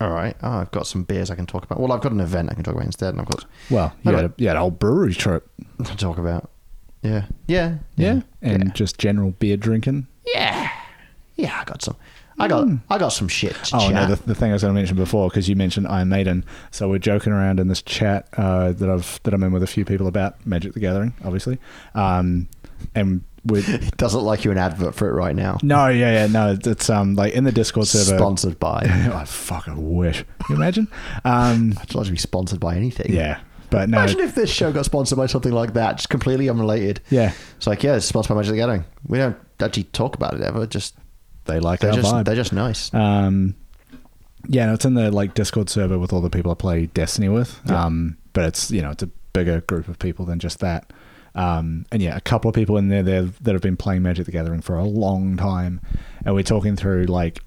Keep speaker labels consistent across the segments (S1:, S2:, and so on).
S1: All right. Oh, I've got some beers I can talk about. Well, I've got an event I can talk about instead, and I've got
S2: Well, you had, a, you had a whole brewery trip.
S1: to talk about. Yeah. Yeah.
S2: Yeah. And just general beer drinking.
S1: Yeah. Yeah. I got some. I got. I got some shit. To
S2: Mm. Oh,
S1: chat.
S2: no, the, the thing I was going to mention before, because you mentioned Iron Maiden. So we're joking around in this chat uh, that, I've, that I'm in with a few people about Magic the Gathering, obviously. Um, and we're.
S1: It doesn't like you an advert for it right now.
S2: No, yeah, yeah, no. It's um like in the Discord server.
S1: Sponsored by.
S2: I fucking wish. Can you imagine? Um,
S1: I'd like to be sponsored by anything.
S2: yeah, but no.
S1: Imagine if this show got sponsored by something like that, just completely unrelated.
S2: Yeah,
S1: It's like, yeah, it's sponsored by Magic the Gathering. We don't actually talk about it ever. Just
S2: they like
S1: they're
S2: our
S1: just
S2: vibe.
S1: they're just nice.
S2: Um, yeah, no, it's in the like Discord server with all the people I play Destiny with. Um, but it's you know it's a bigger group of people than just that. Um, and yeah, a couple of people in there there that have been playing Magic the Gathering for a long time, and we're talking through like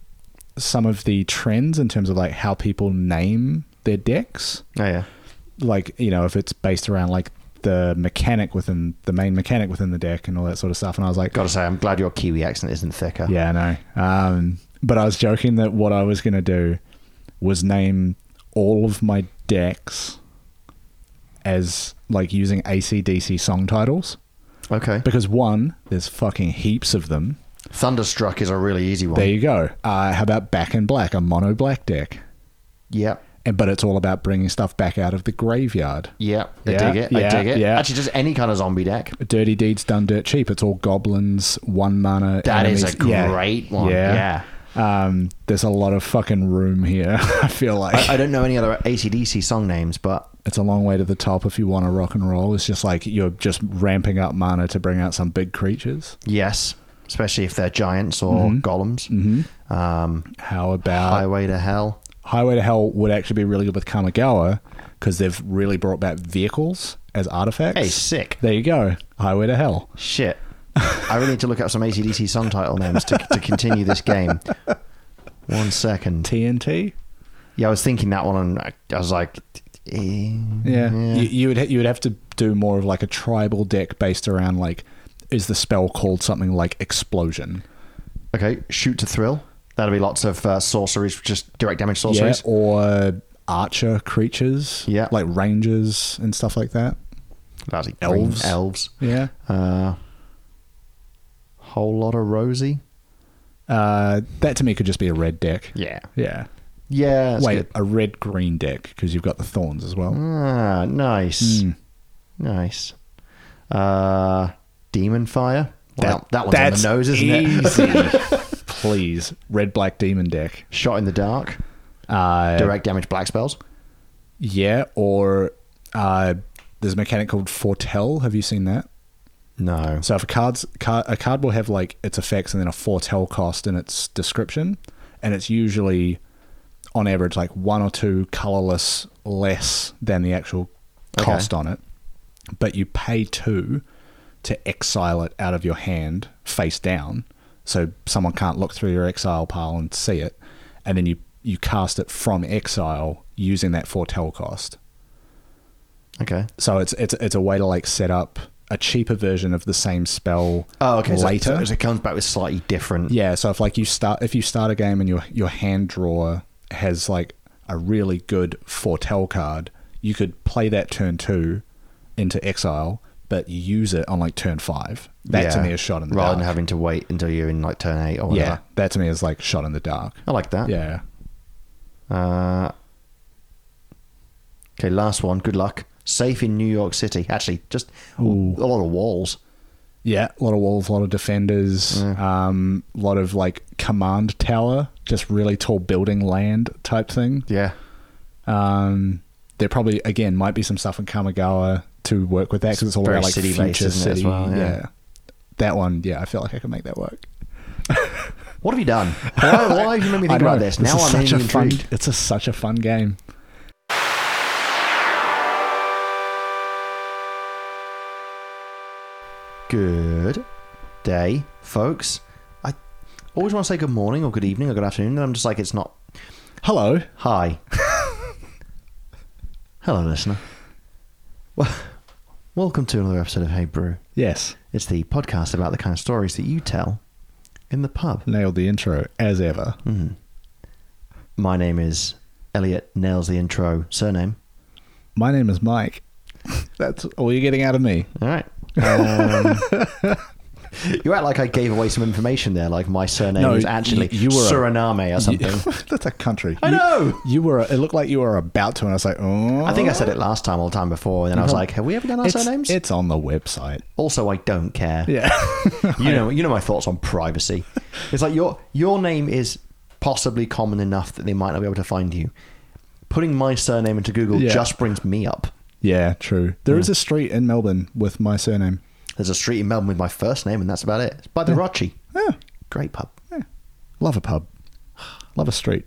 S2: some of the trends in terms of like how people name their decks
S1: oh yeah.
S2: like you know if it's based around like the mechanic within the main mechanic within the deck and all that sort of stuff and i was like
S1: Gotta say, I'm glad your Kiwi accent isn't thicker.
S2: yeah i know um, but i was joking that what i was going to do was name all of my decks as like using acdc song titles
S1: Okay.
S2: because one there's fucking heaps of them
S1: Thunderstruck is a really easy one.
S2: there you go uh, how about back in black a mono black deck
S1: yep.
S2: and but it's all about bringing stuff back out of the graveyard
S1: Yep. I
S2: Yeah,
S1: dig it.
S2: yeah,
S1: I dig it.
S2: yeah.
S1: Actually, just any kind of zombie deck.
S2: Dirty Deeds Done Dirt Cheap. It's all goblins, one mana.
S1: That is a
S2: enemies-
S1: great one.
S2: Um, there's a lot of fucking room here. I feel like
S1: I don't know any other ACDC song names, but
S2: it's a long way to the top if you want to rock and roll. It's just like you're just ramping up mana to bring out some big creatures.
S1: yes, especially if they're giants or
S2: Mm-hmm.
S1: golems. Um,
S2: How about
S1: Highway to Hell.
S2: Highway to Hell would actually be really good with Kamigawa because they've really brought back vehicles as artifacts.
S1: Hey, sick.
S2: There you go. Highway to Hell.
S1: Shit. I really need to look up some ACDC song title names to, to continue this game. One second.
S2: TNT.
S1: Yeah, I was thinking that one, and I, I was like, eh,
S2: Yeah, You, you would ha- you would have to do more of like a tribal deck based around like is the spell called something like explosion?
S1: Okay, shoot to thrill. That'll be lots of uh, sorceries, just direct damage
S2: Yeah,
S1: sorceries.
S2: or archer creatures.
S1: Yeah.
S2: like rangers and stuff like that.
S1: Lousy green
S2: Elves.
S1: elves.
S2: Yeah,
S1: Uh, whole lot of Rosie.
S2: uh, that to me could just be a red deck.
S1: Yeah.
S2: yeah.
S1: Yeah. That's
S2: Wait,
S1: Good.
S2: a red green deck because you've got the thorns as well.
S1: Ah, nice.
S2: Mm.
S1: Nice. Uh, Demon Fire. Well, that one's
S2: that's
S1: on the nose, isn't it?
S2: easy. Please, red black demon deck.
S1: Shot in the dark.
S2: Uh,
S1: Direct damage black spells.
S2: Yeah, or uh, there's a mechanic called foretell. Have you seen that?
S1: No.
S2: So if a card's card, a card will have like its effects and then a foretell cost in its description, and it's usually on average like one or two colorless less than the actual
S1: Okay.
S2: cost on it, but you pay two to exile it out of your hand face down, so someone can't look through your exile pile and see it, and then you you cast it from exile using that foretell cost.
S1: Okay.
S2: So it's it's it's a way to like set up a cheaper version of the same spell
S1: Oh, okay. so-
S2: later.
S1: So, so it comes back with slightly different.
S2: yeah, so if like you start if you start a game and your your hand drawer has like a really good foretell card, you could play that turn 2 into exile, but use it on like turn 5. That to
S1: Yeah.
S2: me is shot in the
S1: Rather
S2: dark.
S1: than having to wait until you're in like turn eight or whatever.
S2: yeah, that to me is like shot in the dark.
S1: I like that.
S2: Yeah.
S1: Uh, okay, last one. Good luck. Safe in New York City. Actually, just a lot of walls.
S2: Yeah, a lot of walls, a lot of defenders, um, a lot of like command tower, just really tall building land type thing.
S1: Yeah.
S2: Um, there probably again might be some stuff in Kamigawa to work with that because it's all
S1: Very
S2: about like
S1: city-based,
S2: future
S1: isn't it, as
S2: city.
S1: well?
S2: yeah.
S1: Yeah.
S2: that one. Yeah, I feel like I can make that work.
S1: What have you done? Why, why have you made me think
S2: I
S1: about
S2: know,
S1: this? Now
S2: is
S1: I'm
S2: such a
S1: really
S2: fun.
S1: intrigued.
S2: It's a, such a fun game.
S1: Good day, folks. I always want to say good morning or good evening or good afternoon, and I'm just like, it's not.
S2: Hello.
S1: Hi. Hello, listener. Well, welcome to another episode of Hey Brew.
S2: Yes,
S1: It's the podcast about the kind of stories that you tell in the pub.
S2: nailed the intro as ever.
S1: My name is Elliot nails the intro. Surname.
S2: My name is Mike. That's all you're getting out of me.
S1: All right. Um, you act like I gave away some information there, like my surname
S2: No,
S1: is actually
S2: you- you were a-
S1: Suriname or something.
S2: That's a country.
S1: I
S2: You-
S1: know!
S2: You, were. It looked like you were about to, and I was like, oh.
S1: I think I said it last time or the time before, and then I was like, have we ever done our
S2: Uh-huh. it's,
S1: surnames?
S2: It's on the website.
S1: also, I don't care.
S2: Yeah.
S1: You know, you know my thoughts on privacy. It's like your your name is possibly common enough that they might not be able to find you. Putting my surname into Google
S2: Yeah.
S1: just brings me up.
S2: yeah. True. There is a street in Melbourne with my surname.
S1: There's a street in Melbourne with my first name, and that's about it. It's by the Rochi.
S2: Yeah.
S1: Great pub.
S2: Ah, Love a pub. Love a street.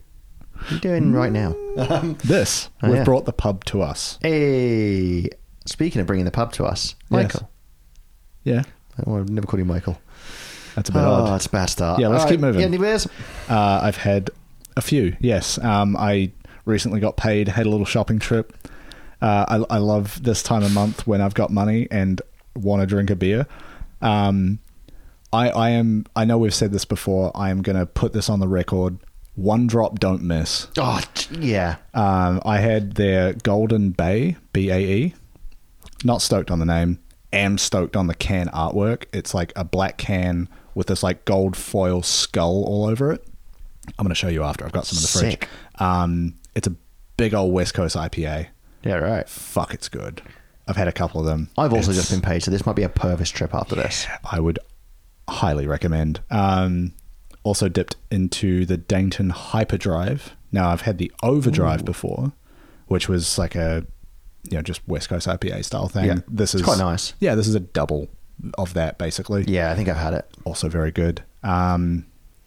S1: What are you doing right now?
S2: This
S1: Oh,
S2: we've
S1: yeah.
S2: brought the pub to us.
S1: Hey, speaking of bringing the pub to us,
S2: Yes.
S1: Michael.
S2: Yeah.
S1: Oh, I've never called you Michael.
S2: That's a bit
S1: Oh,
S2: odd.
S1: that's a bad start.
S2: Yeah, let's keep moving.
S1: Yeah, anyways.
S2: Uh, I've had a few. Yes, um, I recently got paid. Had a little shopping trip. Uh, I, I love this time of month when I've got money and want to drink a beer. Um, I, I am. I know we've said this before. I am going to put this on the record. One drop, don't miss.
S1: Oh, t- yeah.
S2: Um, I had their Golden Bay B A E. Not stoked on the name. Am stoked on the can artwork. It's like a black can with this like gold foil skull all over it. I'm going to show you after. I've got some in the
S1: Sick.
S2: fridge. Um, it's a big old West Coast IPA.
S1: Yeah, right.
S2: Fuck, it's good. I've had a couple of them.
S1: I've also
S2: It's-
S1: just been paid, so this might be a Purvis trip after this.
S2: I would highly recommend. Um, also dipped into the Dainton Hyperdrive. Now I've had the Overdrive before, which was like a you know just West Coast IPA style thing.
S1: Yeah.
S2: This
S1: It's
S2: is
S1: quite nice.
S2: Yeah, this is a double of that basically.
S1: Yeah, I think I've had it.
S2: Also very good. Um,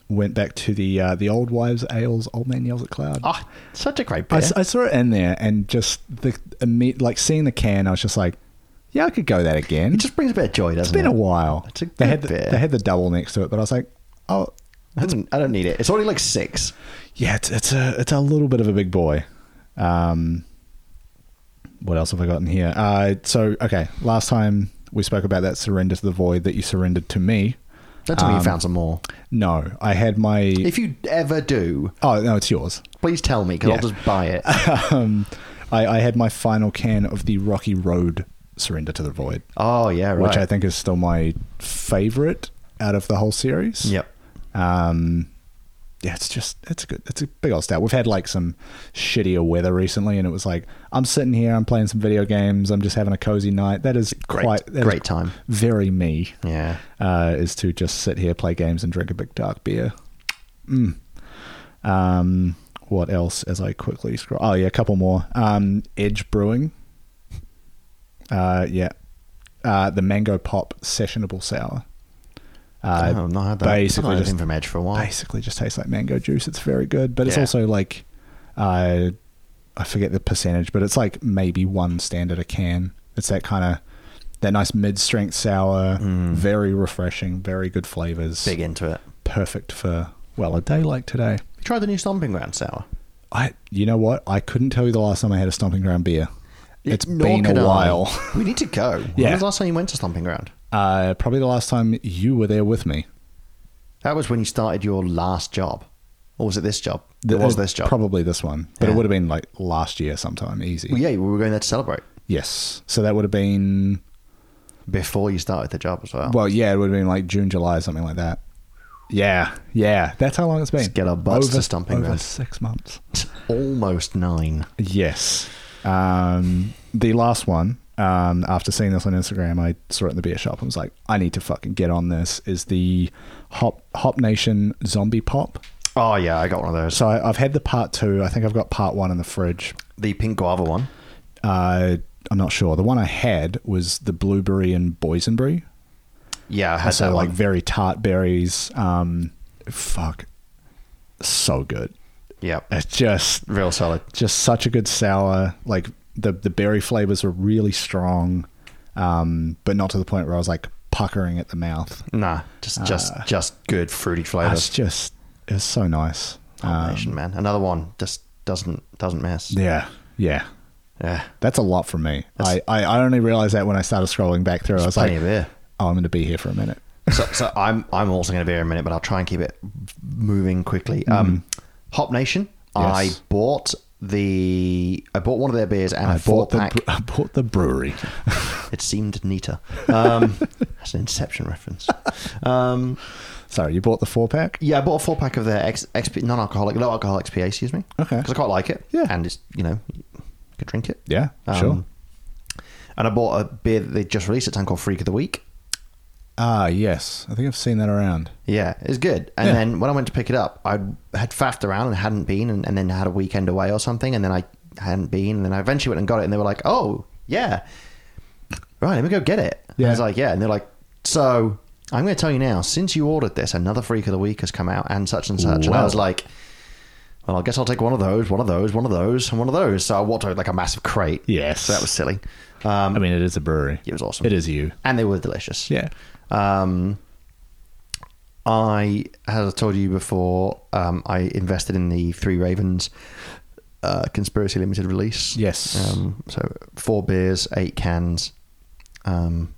S2: went back to the uh, the old wives' ales, old man yells at cloud.
S1: Ah, such a great
S2: I,
S1: beer.
S2: s- I saw it in there and just the imme- like seeing the can, I was just like, yeah, I could go that again.
S1: it just brings a bit of joy, doesn't
S2: It's been
S1: it?
S2: a while.
S1: It's a
S2: they
S1: good
S2: had the,
S1: beer.
S2: They had the double next to it, but I was like, oh,
S1: I don't, I don't need it. It's already like six.
S2: yeah, it's, it's a it's a little bit of a big boy. Um, what else have I gotten here? Uh, so okay, last time we spoke about that surrender to the void that you surrendered to me.
S1: Don't tell me
S2: Um,
S1: you found some more.
S2: No, I had my.
S1: If you ever do,
S2: oh no, it's yours.
S1: please tell me because
S2: Yeah.
S1: I'll just buy it.
S2: um, I, I had my final can of the Rocky Road surrender to the void,
S1: Oh yeah, right.
S2: which I think is still my favorite out of the whole series.
S1: Yep.
S2: Um, yeah, it's just it's a good it's a big old stat. We've had like some shittier weather recently, and it was like I'm sitting here, I'm playing some video games, I'm just having a cozy night. That is
S1: Great,
S2: quite that is
S1: great time.
S2: very me.
S1: Yeah.
S2: Uh, is to just sit here, play games, and drink a big dark beer. Mm. Um, what else? As I quickly scroll, oh yeah, a couple more. Um, Edge Brewing. Uh, yeah, uh, the Mango Pop Sessionable Sour. Uh,
S1: oh, I've not had that.
S2: basically
S1: I've not had
S2: just-
S1: anything from Edge for a while.
S2: basically just tastes like mango juice. It's very good, but it's
S1: Yeah.
S2: also like uh, I forget the percentage, but it's like maybe one standard a can. It's that kind of that nice mid-strength sour, very refreshing, very good flavors.
S1: Mm. Big into it.
S2: Perfect for well a day like today.
S1: You tried the new Stomping Ground sour.
S2: I you know what? I couldn't tell you the last time I had a stomping ground beer. It's
S1: It's Nor
S2: been
S1: could
S2: a
S1: I.
S2: while.
S1: We need to go.
S2: Yeah.
S1: When was the last time you went to Stomping Ground?
S2: Uh, probably the last time you were there with me.
S1: That was when you started your last job, or was it this job?
S2: Th- uh,
S1: it was this job.
S2: Probably this one, but it
S1: Yeah.
S2: would have been like last year sometime. Easy.
S1: Well, yeah, we were going there to celebrate
S2: Yes. So that would have been
S1: before you started the job as well.
S2: Well, yeah, it would have been like June, July, something like that. Yeah, yeah, that's how long it's been.
S1: Let's get our butts
S2: over,
S1: to stomping
S2: over
S1: ground.
S2: six months.
S1: It's almost nine.
S2: Yes. Um, the last one. Um, after seeing this on Instagram, I saw it in the beer shop and was like, I need to fucking get on this. Is the Hop Hop Nation Zombie Pop?
S1: Oh yeah, I got one of those.
S2: So I, I've had the part two. I think I've got part one in the fridge.
S1: the pink guava one.
S2: Uh, I'm not sure. The one I had was the blueberry and boysenberry.
S1: Yeah, I had
S2: so
S1: that
S2: like
S1: one.
S2: very tart berries. Um, fuck, so good.
S1: Yeah,
S2: It's just
S1: real solid.
S2: just such a good sour. Like the the berry flavors were really strong, um, but not to the point where I was like puckering at the mouth.
S1: Nah,
S2: Uh,
S1: just just just good fruity
S2: It's
S1: flavors.
S2: just it's so nice. Um,
S1: Combination, man. Another one just doesn't doesn't miss.
S2: yeah, yeah.
S1: Yeah,
S2: That's a lot for me. I, I, I only realized that when I started scrolling back through. I was
S1: plenty
S2: like,
S1: of beer.
S2: oh, I'm going to be here for a minute.
S1: so, so I'm I'm also going to be here in a minute, but I'll try and keep it moving quickly. Um, Hop Nation. I
S2: Mm. Yes.
S1: bought the I bought one of their beers and
S2: I,
S1: a four
S2: bought the
S1: pack.
S2: bre- I bought the brewery.
S1: it seemed neater. Um, that's an Inception reference. Um,
S2: Sorry, you bought the four pack.
S1: yeah, I bought a four pack of their ex, XP, non-alcoholic, low-alcohol XPA. Excuse me.
S2: Okay.
S1: Because I quite like it.
S2: Yeah.
S1: And it's you know, you could drink it. Um,
S2: Yeah, sure.
S1: And I bought a beer that they just released at a time called Freak of the Week.
S2: Ah, yes. I think I've seen that around.
S1: Yeah, it's good. And
S2: Yeah.
S1: then when I went to pick it up, I had faffed around and hadn't been, and, and then had a weekend away or something, and then I hadn't been, and then I eventually went and got it, and they were like, "Oh, yeah, right, let me go get it." And
S2: Yeah.
S1: I was like, "Yeah," and they're like, "So I'm going to tell you now, since you ordered this, another freak of the week has come out, and such and such," and I
S2: Wow.
S1: was like. Well, I guess I'll take one of those, one of those, one of those, and one of those. So I walked out with, like a massive crate.
S2: Yes.
S1: So that was silly. Um,
S2: I mean, it is a brewery.
S1: it was awesome.
S2: It is you.
S1: And they were delicious.
S2: Yeah.
S1: Um, I, as I told you before, um, I invested in the Three Ravens uh, Conspiracy Limited release.
S2: Yes.
S1: Um, so four beers, eight cans, um,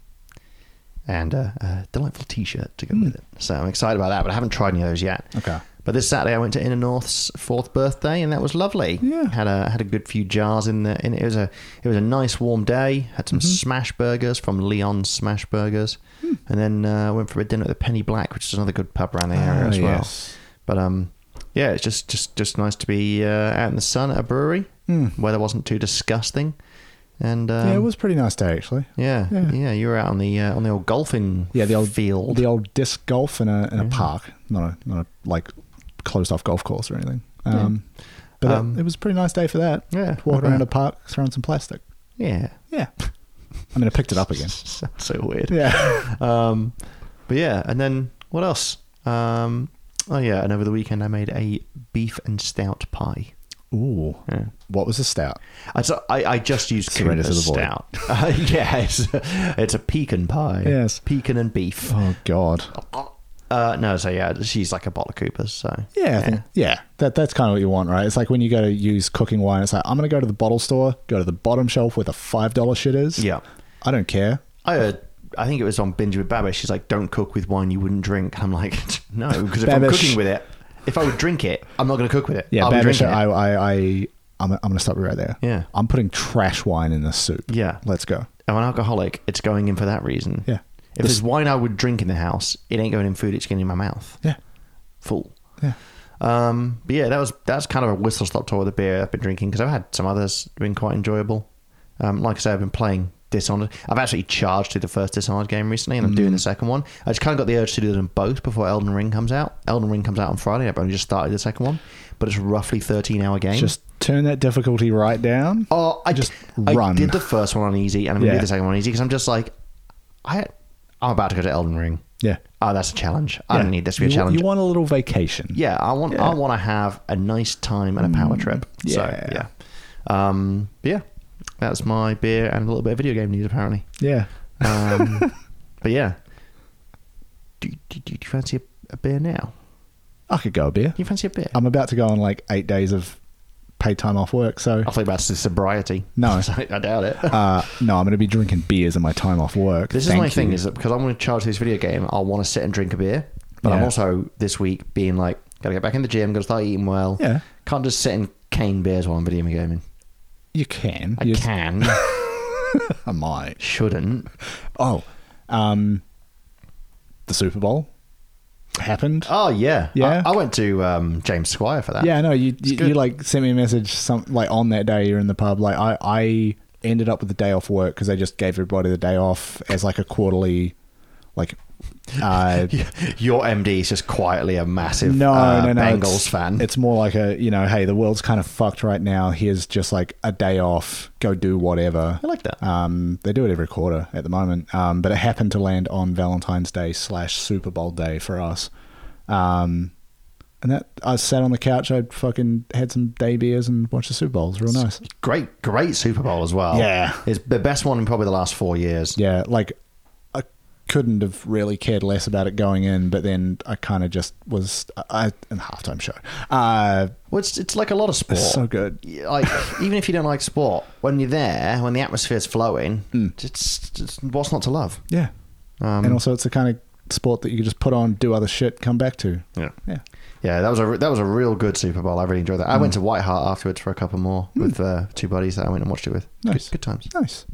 S1: and a, a delightful T-shirt to go with it. So I'm excited about that, but I haven't tried any of those yet.
S2: Hmm. Okay.
S1: But this Saturday I went to Inner North's fourth birthday, and that was lovely.
S2: Yeah.
S1: had a had a good few jars in there, and it was a it was a nice warm day. Had
S2: Mm-hmm.
S1: some smash burgers from Leon's Smash Burgers,
S2: Hmm.
S1: and then uh, went for a dinner at the Penny Black, which is another good pub around the area
S2: Ah,
S1: as well.
S2: yes.
S1: But um, yeah, it's just just just nice to be uh, out in the sun at a brewery.
S2: Mm.
S1: Weather wasn't too disgusting, and um,
S2: yeah, it was a pretty nice day actually.
S1: Yeah, yeah,
S2: Yeah.
S1: you were out on the uh, on the old golfing
S2: Yeah, the old
S1: field.
S2: The old disc golf in a in a
S1: Yeah.
S2: park, not a not a like closed off golf course or anything. Um, But that-
S1: Um,
S2: it was a pretty nice day for that.
S1: yeah,
S2: Walking around
S1: not
S2: a park, throwing some plastic.
S1: bad. yeah,
S2: Yeah. I mean, I picked it up again.
S1: Sounds so weird.
S2: Yeah.
S1: Um, but yeah, and then what else? Um, oh yeah, and over the weekend I made a beef and stout pie.
S2: Ooh.
S1: Yeah.
S2: What was the stout?
S1: I, so I, I just used
S2: Surrender to
S1: Cooper's
S2: the void.
S1: stout. Uh, yeah, it's, it's a pecan pie.
S2: Yes.
S1: pecan and beef.
S2: Oh God.
S1: Uh, no, so yeah, she's like a bottle of Cooper's. So
S2: Yeah, I think, yeah. That that's kind of what you want, right? It's like when you go to use cooking wine. It's like I'm gonna go to the bottle store, go to the bottom shelf where the five dollar shit is.
S1: yeah,
S2: I don't care.
S1: I heard. I think it was on Binge with Babish. She's like, "Don't cook with wine you wouldn't drink." I'm like, "No, because if I'm
S2: Babish.
S1: cooking with it, if I would drink it, I'm not going to cook with it.
S2: Yeah,
S1: I'll be
S2: Babish,
S1: drinking it.
S2: I, I, I, I'm, I'm gonna stop you right there.
S1: Yeah.
S2: I'm putting trash wine in this soup.
S1: Yeah.
S2: let's go.
S1: I'm an alcoholic. It's going in for that reason.
S2: Yeah.
S1: If there's wine I would drink in the house, it ain't going in food. It's getting in my mouth.
S2: Yeah,
S1: Full.
S2: yeah.
S1: Um, but yeah, that was that's kind of a whistle stop tour of the beer I've been drinking because I've had some others been quite enjoyable. Um, like I say, I've been playing Dishonored. I've actually charged through the first Dishonored game recently, and I'm doing the
S2: Mm.
S1: second one. I just kind of got the urge to do them both before Elden Ring comes out. Elden Ring comes out on Friday. I've only just started the second one, but it's a roughly 13 hour game.
S2: Just turn that difficulty right down.
S1: Oh, I
S2: Just
S1: just
S2: run.
S1: I did the first one on easy, and I'm gonna
S2: Yeah.
S1: do the second one on easy because I'm just like, I, I'm about to go to Elden Ring.
S2: Yeah.
S1: Oh, that's a challenge. I
S2: Yeah.
S1: don't need this to be a
S2: You wa-
S1: challenge.
S2: You want a little vacation.
S1: yeah, I want.
S2: Yeah. Mm.
S1: I want to have a nice time and a power trip. So
S2: yeah.
S1: yeah, um, but yeah, that's my beer and a little bit of video game news apparently.
S2: yeah.
S1: Um, but yeah, do, do, do you fancy a, a beer now?
S2: I could go a beer.
S1: Do you fancy a beer?
S2: I'm about to go on like eight days of paid time off work, so
S1: I thought about the sobriety.
S2: No.
S1: I doubt it.
S2: uh, no, I'm going to be drinking beers in my time off work.
S1: This
S2: Thank
S1: is my
S2: you.
S1: thing is that because I'm going to charge this video game, I'll want to sit and drink a beer. But I'm
S2: Yeah.
S1: also this week being like, gotta get back in the gym, gotta start eating well.
S2: Yeah.
S1: Can't just sit and cane beers while I'm video gaming.
S2: you can.
S1: I
S2: You-
S1: can,
S2: I might.
S1: shouldn't.
S2: Oh, um, the Super Bowl happened.
S1: Oh yeah,
S2: Yeah.
S1: I, I went to um, James Squire for that.
S2: yeah, no, you you,
S1: good.
S2: you like sent me a message some like on that day you're in the pub. Like I I ended up with the day off work because they just gave everybody the day off as like a quarterly, like. Uh,
S1: Your MD is just quietly a massive
S2: no,
S1: uh,
S2: no, no,
S1: Bengals
S2: it's,
S1: fan.
S2: It's more like a you know, hey, the world's kind of fucked right now. Here's just like a day off. Go do whatever.
S1: I like that.
S2: Um, they do it every quarter at the moment, um, but it happened to land on Valentine's Day slash Super Bowl day for us. Um, and that I sat on the couch. I fucking had some day beers and watched the Super Bowl. It was real nice.
S1: great, great Super Bowl as well.
S2: Yeah.
S1: it's the best one in probably the last four years.
S2: Yeah, like I couldn't have really cared less about it going in, but then I kind of just was I, in the halftime show. Uh,
S1: Well, it's, it's like a lot of sport.
S2: It's so good.
S1: Y- Like even if you don't like sport, when you're there, when the atmosphere's flowing,
S2: Hmm.
S1: it's, it's what's not to love.
S2: yeah,
S1: Um,
S2: and also it's the kind of sport that you can just put on, do other shit, come back to.
S1: yeah.
S2: Yeah,
S1: Yeah, that was a that was a real good Super Bowl. I really enjoyed that.
S2: Hmm.
S1: I went to White Hart afterwards for a couple more with uh, two buddies that I went and watched it with.
S2: Nice.
S1: Good, good times.
S2: Nice.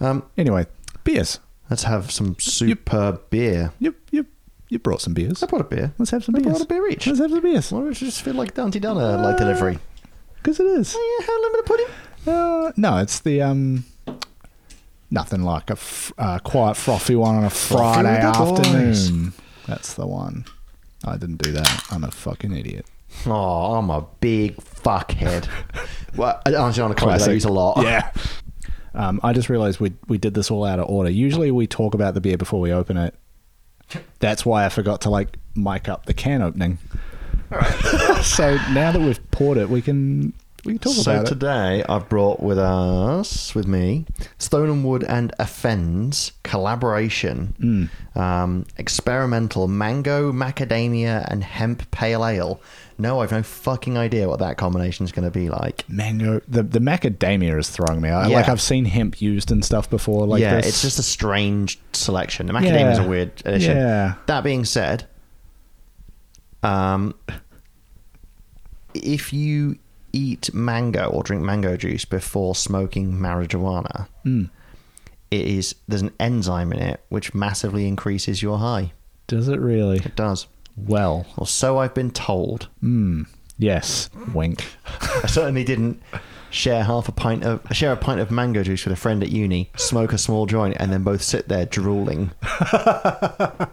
S1: Um,
S2: Anyway, beers.
S1: let's have some superb beer.
S2: You you you brought some beers.
S1: I brought a beer.
S2: Let's have some
S1: I
S2: beers.
S1: brought a beer each.
S2: Let's have some beers.
S1: Why don't you just feel like Dante Donna like
S2: Uh,
S1: delivery?
S2: Because it is.
S1: Oh, yeah, have a little bit of pudding.
S2: Uh, no, it's the um, nothing like a f- uh, quiet frothy one on a
S1: Frothy
S2: Friday
S1: with the boys.
S2: afternoon. That's the one. I didn't do that. I'm a fucking idiot.
S1: Oh, I'm a big fuckhead. well, Dante Donna quite
S2: Classic.
S1: use a lot.
S2: Yeah. Um, I just realized we we did this all out of order. Usually we talk about the beer before we open it. That's why I forgot to like mic up the can opening. so now that we've poured it, we can we can talk
S1: so
S2: about it.
S1: today I've brought with us, with me, Stone and Wood and Offends collaboration, um, experimental mango, macadamia, and hemp pale ale. No, I've no fucking idea what that combination is going to be like.
S2: Mango, the the macadamia is throwing me. I,
S1: Yeah.
S2: Like I've seen hemp used and stuff before. Like
S1: yeah,
S2: this.
S1: it's just a strange selection. The macadamia is
S2: Yeah.
S1: a weird addition.
S2: Yeah.
S1: That being said, um, if you eat mango or drink mango juice before smoking marijuana,
S2: Hmm.
S1: it is there's an enzyme in it which massively increases your high.
S2: Does it really?
S1: It does.
S2: Well,
S1: Or so I've been told.
S2: mm, yes. Wink.
S1: I certainly didn't share half a pint of share a pint of mango juice with a friend at uni, smoke a small joint, and then both sit there drooling. it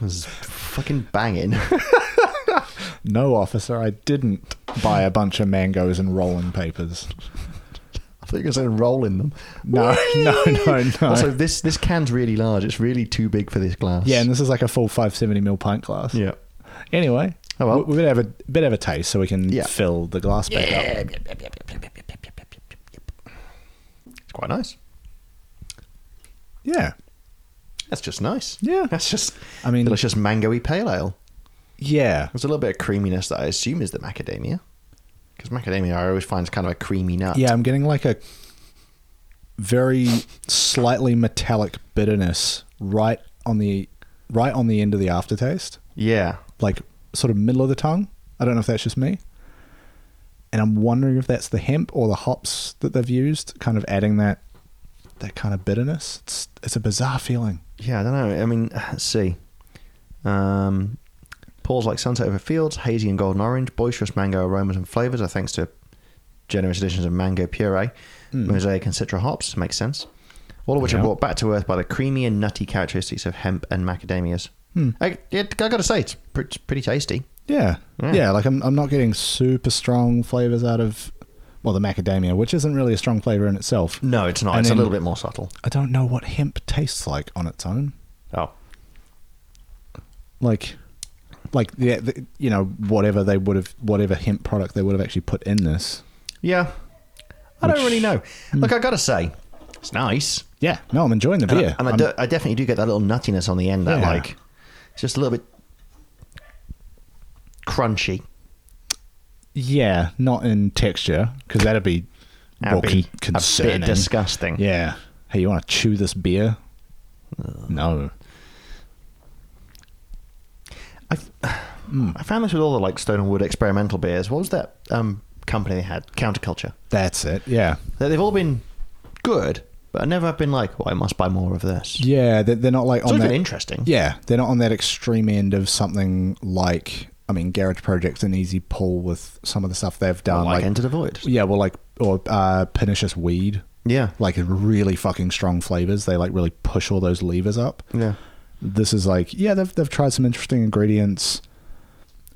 S1: was fucking banging.
S2: No, officer, I didn't buy a bunch of mangoes and rolling papers.
S1: I thought you were saying roll in them.
S2: No, no, no, no.
S1: Also, this this can's really large. It's really too big for this glass.
S2: yeah, and this is like a full 570 mil pint glass.
S1: yeah.
S2: Anyway,
S1: Oh, well.
S2: we- we're gonna have a bit of a taste so we can
S1: Yeah.
S2: fill the glass back up.
S1: It's quite nice.
S2: Yeah,
S1: That's just nice.
S2: Yeah.
S1: That's just.
S2: I mean-
S1: delicious mangoey pale ale.
S2: yeah,
S1: There's a little bit of creaminess that I assume is the macadamia, because macadamia I always find is kind of a creamy nut.
S2: yeah. I'm getting like a very slightly metallic bitterness right on the right on the end of the aftertaste.
S1: Yeah.
S2: like sort of middle of the tongue. I don't know if that's just me. And I'm wondering if that's the hemp or the hops that they've used, kind of adding that that kind of bitterness. It's it's a bizarre feeling.
S1: Yeah, I don't know. I mean, let's see. Um, pours like sunset over fields, hazy and golden orange, boisterous mango aromas and flavors are thanks to generous additions of mango puree, mosaic and citra hops. Makes sense. All of which
S2: Yeah.
S1: are brought back to earth by the creamy and nutty characteristics of hemp and macadamias. I, it, I gotta say, it's pretty, pretty tasty.
S2: Yeah.
S1: Yeah.
S2: Yeah, like I'm I'm not getting super strong flavors out of well, the macadamia, which isn't really a strong flavor in itself.
S1: No, it's not.
S2: And
S1: it's
S2: then-
S1: a little bit more subtle.
S2: I don't know what hemp tastes like on its own.
S1: Oh,
S2: Like like the, the you know whatever they would have whatever hemp product they would have actually put in this.
S1: yeah. I don't
S2: Which-
S1: really know. Look, I gotta say, it's nice.
S2: Yeah. No, I'm enjoying the
S1: And,
S2: beer.
S1: I, and I,
S2: I'm-
S1: do- I definitely do get that little nuttiness on the end that
S2: Yeah.
S1: like it's just a little bit crunchy.
S2: Yeah, not in texture because that'd be
S1: That'd
S2: well,
S1: be
S2: con-
S1: a bit
S2: concerning.
S1: disgusting.
S2: Yeah. Hey, you want to chew this beer? No. Hmm.
S1: I found this with all the like stone and wood experimental beers. What was that um, company they had? Counterculture.
S2: That's it. Yeah.
S1: They- They've all been good, but I never have been like, well, I must buy more of this.
S2: Yeah, they're, they're not like
S1: it's
S2: on
S1: always
S2: that.
S1: been interesting.
S2: Yeah, they're not on that extreme end of something like I mean, Garage Project's an easy pull with some of the stuff they've
S1: Or,
S2: done.
S1: like, Enter the Void.
S2: yeah, well, like or uh, Pernicious Weed,
S1: Yeah.
S2: like really fucking strong flavors. They like really push all those levers up.
S1: Yeah.
S2: this is like yeah they've, they've tried some interesting ingredients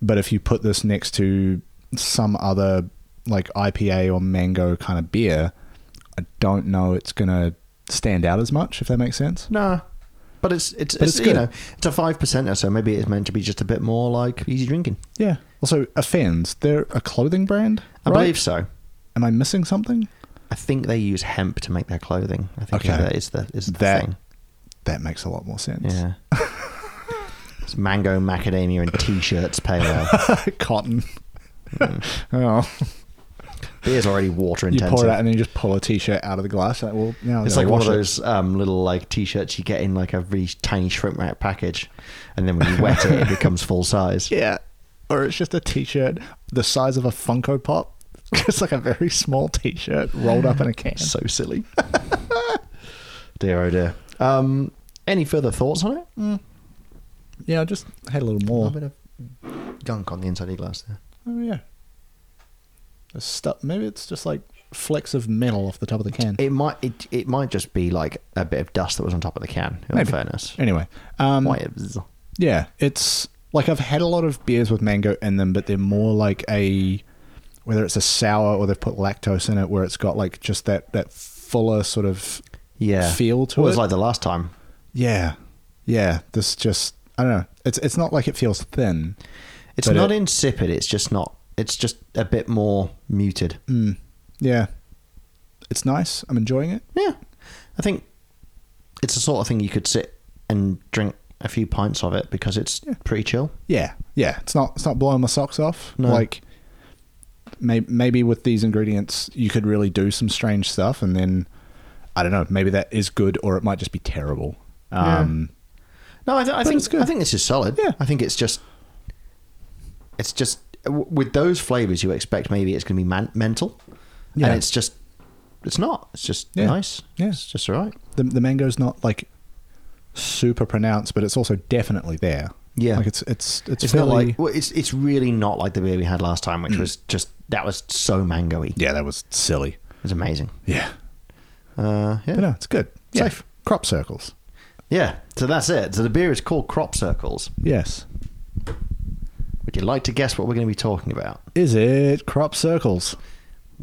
S2: but if you put this next to some other like ipa or mango kind of beer i don't know it's gonna stand out as much if that makes sense
S1: Nah. But it's it's,
S2: But
S1: it's,
S2: it's
S1: you
S2: good.
S1: know it's a five percenter, so maybe it's meant to be just a bit more like easy drinking.
S2: yeah also offends they're a clothing brand
S1: I
S2: right?
S1: believe so.
S2: am i missing something
S1: I think they use hemp to make their clothing. I think
S2: Okay.
S1: that is the is the
S2: that
S1: thing.
S2: that makes a lot more sense
S1: Yeah. it's mango, Mm. macadamia, and t-shirts pale ale.
S2: cotton oh
S1: beer's already water
S2: You
S1: intensive.
S2: pour it out and then you just pull a t-shirt out of the glass. Like, well, now
S1: It's
S2: I
S1: like
S2: gotta
S1: one of
S2: wash it.
S1: those um, little like t-shirts you get in like a really tiny shrimp wrap package, and then when you wet it, it becomes full size.
S2: Yeah. Or it's just a t-shirt the size of a Funko Pop. It's like a very small t-shirt rolled up in a can.
S1: So silly. dear oh dear. Um, any further thoughts on it?
S2: Yeah, I just had a little
S1: Mm. A
S2: more.
S1: little bit of gunk on the inside of your glass there.
S2: Oh yeah. There's stuff. Maybe it's just like flecks of metal off the top of the can.
S1: It might it, it might just be like a bit of dust that was on top of the can. In all
S2: Maybe.
S1: fairness,
S2: Anyway, um,
S1: Why it's-
S2: yeah, it's like I've had a lot of beers with mango in them, but they're more like a whether it's a sour or they've put lactose in it, where it's got like just that that fuller sort of
S1: yeah
S2: feel to
S1: Well, It was
S2: it.
S1: like the last time.
S2: yeah, yeah. This just I don't know. It's it's not like it feels thin.
S1: It's
S2: But
S1: not
S2: it-
S1: insipid. It's just not. It's just a bit more muted.
S2: Mm, yeah, it's nice. I'm enjoying it.
S1: Yeah, I think it's the sort of thing you could sit and drink a few pints of it because it's
S2: Yeah.
S1: pretty chill.
S2: Yeah, yeah. It's not it's not blowing my socks off.
S1: No.
S2: Like may, maybe with these ingredients, you could really do some strange stuff, and then I don't know. Maybe that is good, or it might just be terrible.
S1: Yeah.
S2: Um,
S1: No, I, th- I think
S2: it's good.
S1: I think this is solid.
S2: Yeah.
S1: I think it's just it's just w- with those flavors you expect maybe it's going to be man- mental,
S2: Yeah.
S1: and it's just it's not. It's just
S2: Yeah.
S1: nice.
S2: Yeah.
S1: It's just all right.
S2: the the mango's not like super pronounced, but it's also definitely there.
S1: Yeah.
S2: like it's it's it's,
S1: It's, not
S2: fairly-
S1: like well, it's it's really not like the beer we had last time, which was just that was so mangoey.
S2: yeah, that was silly.
S1: It's amazing.
S2: Yeah,
S1: Uh, yeah.
S2: but no, it's good.
S1: Yeah.
S2: Safe crop circles.
S1: Yeah. So that's it. So the beer is called Crop Circles.
S2: Yes,
S1: Would you like to guess what we're going to be talking about?
S2: is it crop circles?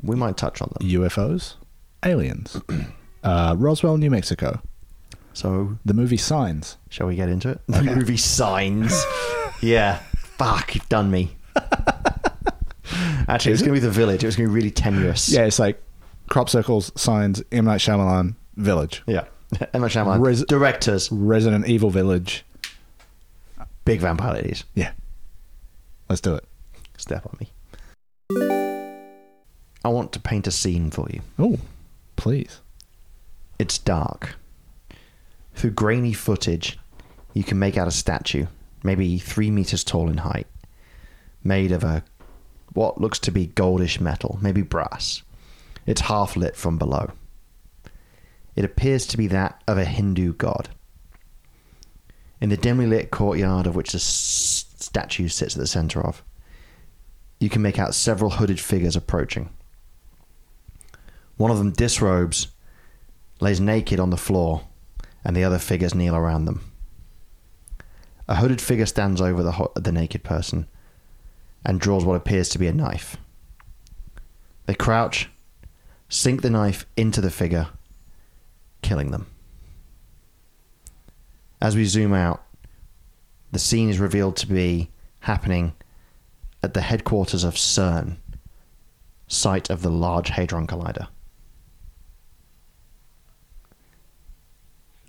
S1: We might touch on them.
S2: UFOs, aliens, uh, Roswell, New Mexico.
S1: So,
S2: the movie Signs.
S1: shall we get into it? The movie Signs. yeah. Fuck, you've done me. Actually, it was going to be The Village. It was going to be really tenuous.
S2: Yeah, it's like crop circles, signs, M Night Shyamalan, Village,
S1: Yeah. Emma Shyamalan.
S2: Res-
S1: Directors.
S2: Resident Evil Village.
S1: Big vampire ladies.
S2: Yeah, let's do it.
S1: Step on me. I want to paint a scene for you.
S2: Oh, please.
S1: It's dark. Through grainy footage, you can make out a statue, maybe three meters tall in height, made of a what looks to be goldish metal, maybe brass. It's half lit from below. It appears to be that of a Hindu god. In the dimly lit courtyard of which the s- statue sits at the center of, you can make out several hooded figures approaching. One of them disrobes lays naked on the floor, and the other figures kneel around them. A hooded figure stands over the, ho- the naked person and draws what appears to be a knife. They crouch, sink the knife into the figure, killing them. As we zoom out, the scene is revealed to be happening at the headquarters of CERN, site of the Large Hadron Collider.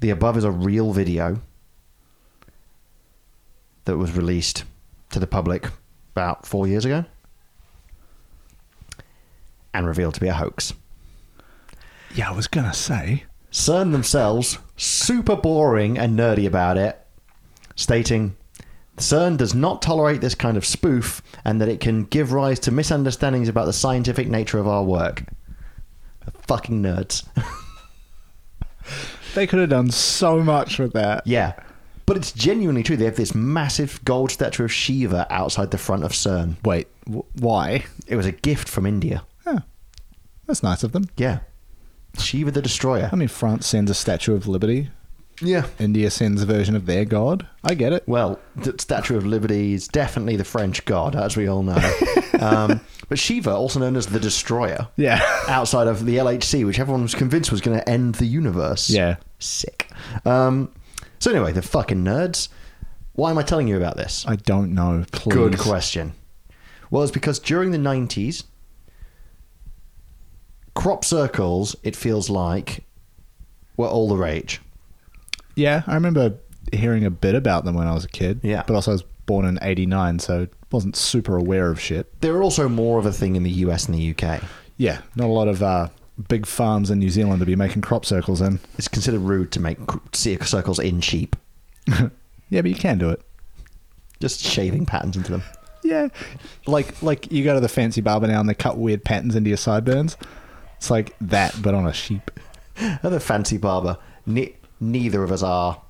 S1: The above is a real video that was released to the public about four years ago and revealed to be a hoax.
S2: Yeah, I was gonna say.
S1: CERN themselves, super boring and nerdy about it, stating CERN does not tolerate this kind of spoof and that it can give rise to misunderstandings about the scientific nature of our work. Fucking nerds.
S2: They could have done so much with that.
S1: Yeah. But it's genuinely true. They have this massive gold statue of Shiva outside the front of CERN.
S2: Wait, w- why?
S1: It was a gift from India.
S2: Yeah, that's nice of them.
S1: Yeah. Shiva the Destroyer.
S2: I mean, France sends a Statue of Liberty.
S1: Yeah.
S2: India sends a version of their god. I get it.
S1: Well, the Statue of Liberty is definitely the French god, as we all know. um, but Shiva, also known as the Destroyer,
S2: Yeah.
S1: outside of the LHC, which everyone was convinced was going to end the universe.
S2: Yeah.
S1: Sick. Um, so, anyway, the fucking nerds. Why am I telling you about this?
S2: I don't know. Please.
S1: Good question. Well, it's because during the 90s, crop circles, it feels like, were all the rage.
S2: Yeah, I remember hearing a bit about them when I was a kid.
S1: Yeah.
S2: But also, I was born in 89, so wasn't super aware of shit.
S1: They're also more of a thing in the US and the UK.
S2: Yeah, not a lot of uh, big farms in New Zealand to be making crop circles in.
S1: It's considered rude to make cr- cir- circles in sheep,
S2: Yeah, but you can do it.
S1: just shaving patterns into them.
S2: Yeah, like like you go to the fancy barber now and they cut weird patterns into your sideburns. It's like that, but on a sheep.
S1: Another fancy barber. Ne- neither of us are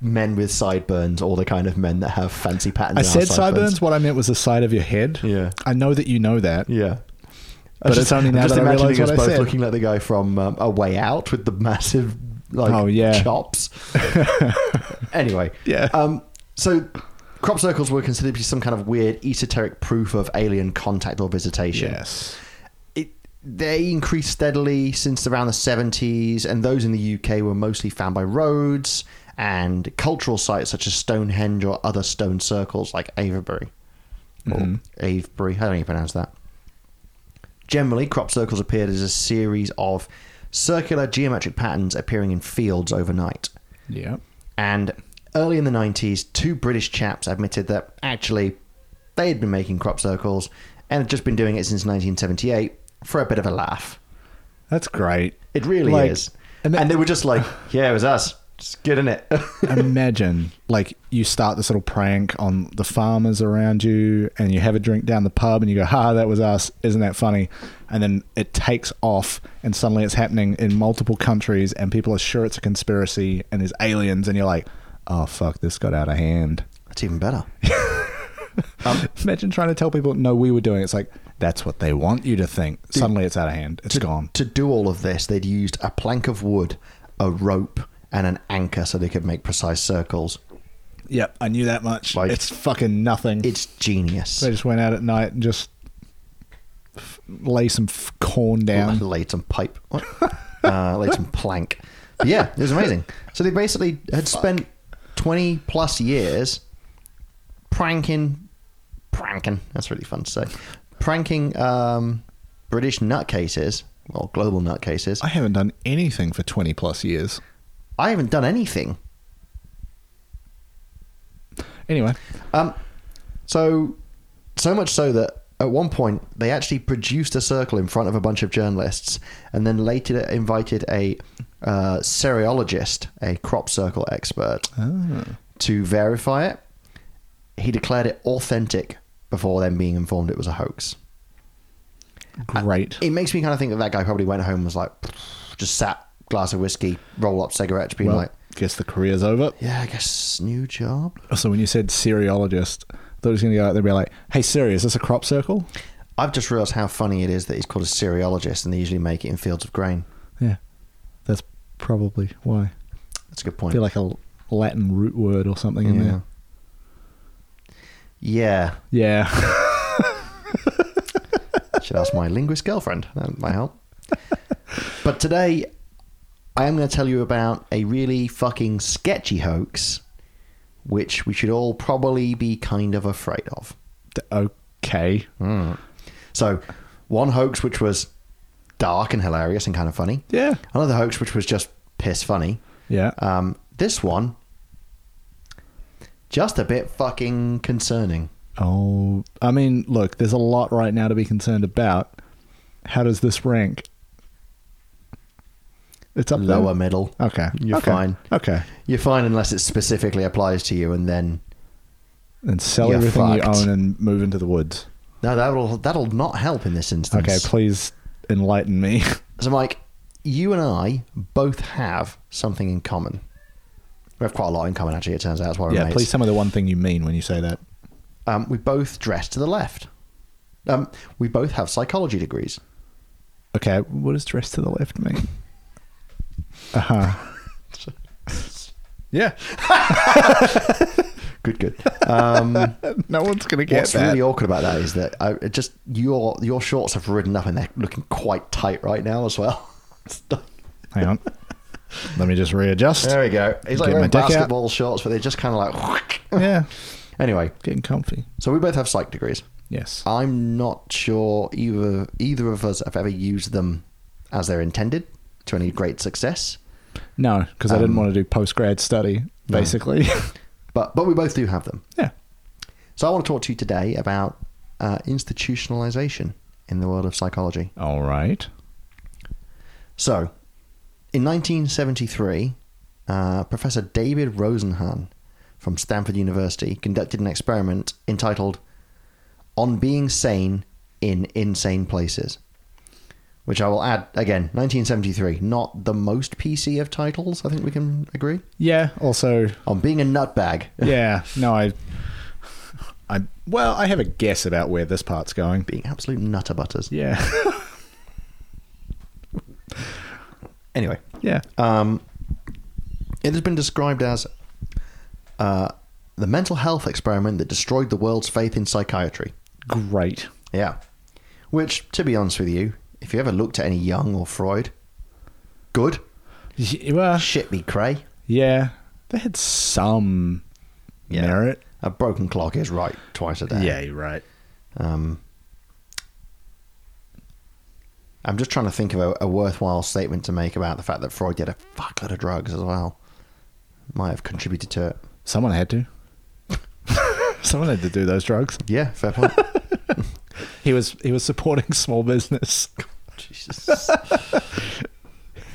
S1: men with sideburns or the kind of men that have fancy patterns.
S2: I
S1: in our
S2: said sideburns. What I meant was the side of your head.
S1: Yeah.
S2: I know that you know that.
S1: Yeah.
S2: But
S1: I'm
S2: it's only
S1: I'm
S2: now
S1: just
S2: that I
S1: imagining us
S2: realise what I
S1: both
S2: said.
S1: looking like the guy from um, A Way Out with the massive like
S2: Oh, yeah.
S1: chops. anyway,
S2: Yeah.
S1: Um, so crop circles were considered to be some kind of weird esoteric proof of alien contact or visitation.
S2: Yes.
S1: It, they increased steadily since around the 70s, and those in the UK were mostly found by roads and cultural sites such as Stonehenge or other stone circles like Avebury. Or Avebury, how do you pronounce that? Generally, crop circles appeared as a series of circular geometric patterns appearing in fields overnight.
S2: Yeah.
S1: And early in the 90s, two British chaps admitted that actually they had been making crop circles and had just been doing it since 1978 for a bit of a laugh.
S2: That's great.
S1: It really
S2: Like,
S1: is. And,
S2: and that-
S1: they were just like, yeah, it was us. It's good, is it?
S2: Imagine, like, you start this little prank on the farmers around you, and you have a drink down the pub, and you go, "Ha, that was us! Isn't that funny?" And then it takes off, and suddenly it's happening in multiple countries, and people are sure it's a conspiracy, and there's aliens, and you're like, "Oh fuck, this got out of hand."
S1: That's even better.
S2: Imagine trying to tell people, "No, we were doing." it." It's like that's what they want you to think. suddenly, it's out of hand. It's gone.
S1: To do all of this, they'd used a plank of wood, a rope, and an anchor so they could make precise circles.
S2: Yep, I knew that much.
S1: Like-
S2: it's fucking nothing.
S1: It's genius.
S2: They just went out at night and just f- lay some f- corn down.
S1: laid some pipe, what? uh, laid some plank. But yeah, it was amazing. So they basically had spent twenty plus years pranking, pranking. That's really fun to say. Pranking um, British nutcases or global nutcases.
S2: I haven't done anything for 20 plus years.
S1: I haven't done anything.
S2: Anyway,
S1: Um, so, so much so that at one point they actually produced a circle in front of a bunch of journalists, and then later invited a uh, seriologist, a crop circle expert, to verify it. He declared it authentic before then being informed it was a hoax.
S2: great.
S1: It makes me kind of think that that guy probably went home and was like, just sat glass of whiskey, roll up cigarette, being
S2: well,
S1: like,
S2: guess the career's over.
S1: yeah, I guess new job.
S2: So when you said seriologist, I thought he was going to go out there and be like, hey, Siri, is this a crop circle?
S1: I've just realised how funny it is that he's called a cereologist and they usually make it in fields of grain.
S2: Yeah, that's probably why.
S1: That's a good
S2: I
S1: point.
S2: feel like a Latin root word or something in
S1: yeah.
S2: there.
S1: yeah.
S2: Yeah.
S1: Should ask my linguist girlfriend. That might help. but today, I am going to tell you about a really fucking sketchy hoax, which we should all probably be kind of afraid of.
S2: D- okay.
S1: So, one hoax which was dark and hilarious and kind of funny.
S2: Yeah.
S1: Another hoax which was just piss funny.
S2: Yeah.
S1: Um, this one, just a bit fucking concerning.
S2: Oh, I mean, look, there's a lot right now to be concerned about. How does this rank? It's up there?
S1: Lower middle.
S2: Okay,
S1: You're
S2: okay,
S1: fine.
S2: Okay,
S1: You're fine unless it specifically applies to you, and then
S2: and sell
S1: You're
S2: everything
S1: fucked.
S2: you own and move into the woods.
S1: no, that'll that'll not help in this instance.
S2: Okay, please enlighten me.
S1: so Mike, you and I both have something in common. We have quite a lot in common, actually. It turns out that's why we're
S2: yeah,
S1: mates.
S2: please tell me the one thing you mean when you say that.
S1: Um, we both dress to the left. Um, we both have psychology degrees.
S2: Okay, what does dress to the left mean? Uh huh. yeah,
S1: Good, good. Um,
S2: no one's gonna get
S1: What's
S2: that.
S1: really awkward about that is that I, it just your your shorts have ridden up and they're looking quite tight right now as well. It's like-
S2: Hang on, let me just readjust.
S1: there we go. It's like
S2: Get my
S1: wearing
S2: dick out.
S1: basketball shorts, but they're just kind of like.
S2: Yeah,
S1: anyway,
S2: getting comfy.
S1: so we both have psych degrees.
S2: Yes.
S1: I'm not sure either either of us have ever used them as they're intended to any great success,
S2: No, because I
S1: Um,
S2: didn't want to do post grad study,
S1: No.
S2: basically.
S1: but but we both do have them.
S2: yeah.
S1: So I want to talk to you today about uh, institutionalization in the world of psychology.
S2: All right.
S1: So, in 1973, uh, Professor David Rosenhan from Stanford University conducted an experiment entitled On Being Sane in Insane Places, which I will add again, 1973, not the most PC of titles, I think we can agree.
S2: Yeah. Also,
S1: On Being a Nutbag.
S2: yeah. No, I. I well, I have a guess about where this part's going.
S1: Being absolute nutter butters.
S2: Yeah.
S1: Anyway,
S2: yeah.
S1: Um, it has been described as uh, the mental health experiment that destroyed the world's faith in psychiatry.
S2: Great.
S1: Yeah. Which, to be honest with you, if you ever looked at any Jung or Freud, good.
S2: Yeah, well,
S1: Shit me cray.
S2: yeah. They had some
S1: Yeah.
S2: merit.
S1: A broken clock is right twice a day.
S2: you're right.
S1: Um, I'm just trying to think of a, a worthwhile statement to make about the fact that Freud did a fuckload of drugs as well. Might have contributed to it.
S2: Someone had to. Someone had to do those drugs.
S1: Yeah, fair point.
S2: He was he was supporting small business.
S1: Jesus.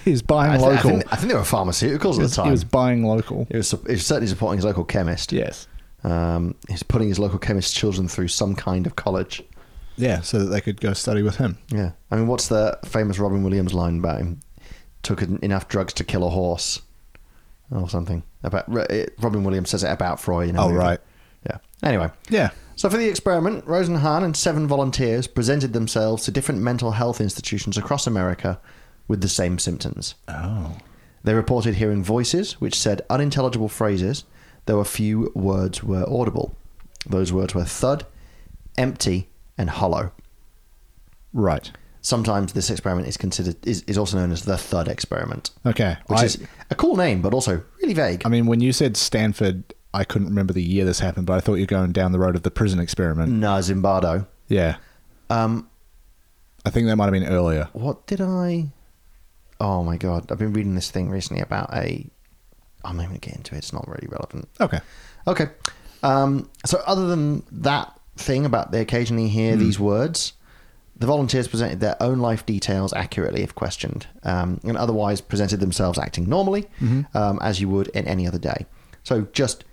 S2: He was buying
S1: I, thi- I
S2: local.
S1: think, I think they were pharmaceuticals at
S2: he,
S1: the
S2: was,
S1: time.
S2: he was buying local.
S1: He was su- he was certainly supporting his local chemist.
S2: Yes.
S1: Um, he's putting his local chemist's children through some kind of college.
S2: Yeah, so that they could go study with him.
S1: Yeah. I mean, what's the famous Robin Williams line about him? Took en- enough drugs to kill a horse or something. About Ro- it- Robin Williams says it about Freud. In a
S2: Oh,
S1: movie.
S2: right.
S1: Yeah. Anyway.
S2: Yeah.
S1: So, for the experiment, Rosenhan and seven volunteers presented themselves to different mental health institutions across America with the same symptoms.
S2: Oh.
S1: They reported hearing voices which said unintelligible phrases, though a few words were audible. Those words were thud, empty, and hollow.
S2: Right.
S1: Sometimes this experiment is considered is, is also known as the thud experiment,
S2: Okay.
S1: which
S2: I,
S1: is a cool name but also really vague.
S2: I mean, when you said Stanford, I couldn't remember the year this happened, but I thought you were going down the road of the prison experiment.
S1: nah, Zimbardo.
S2: Yeah.
S1: Um,
S2: I think that might have been earlier.
S1: what did I? Oh my god, I've been reading this thing recently about a. I'm not even gonna get into it. It's not really relevant.
S2: Okay.
S1: Okay. Um, so, other than that thing about they occasionally hear these words, the volunteers presented their own life details accurately if questioned, um, and otherwise presented themselves acting normally um, as you would in any other day. So, just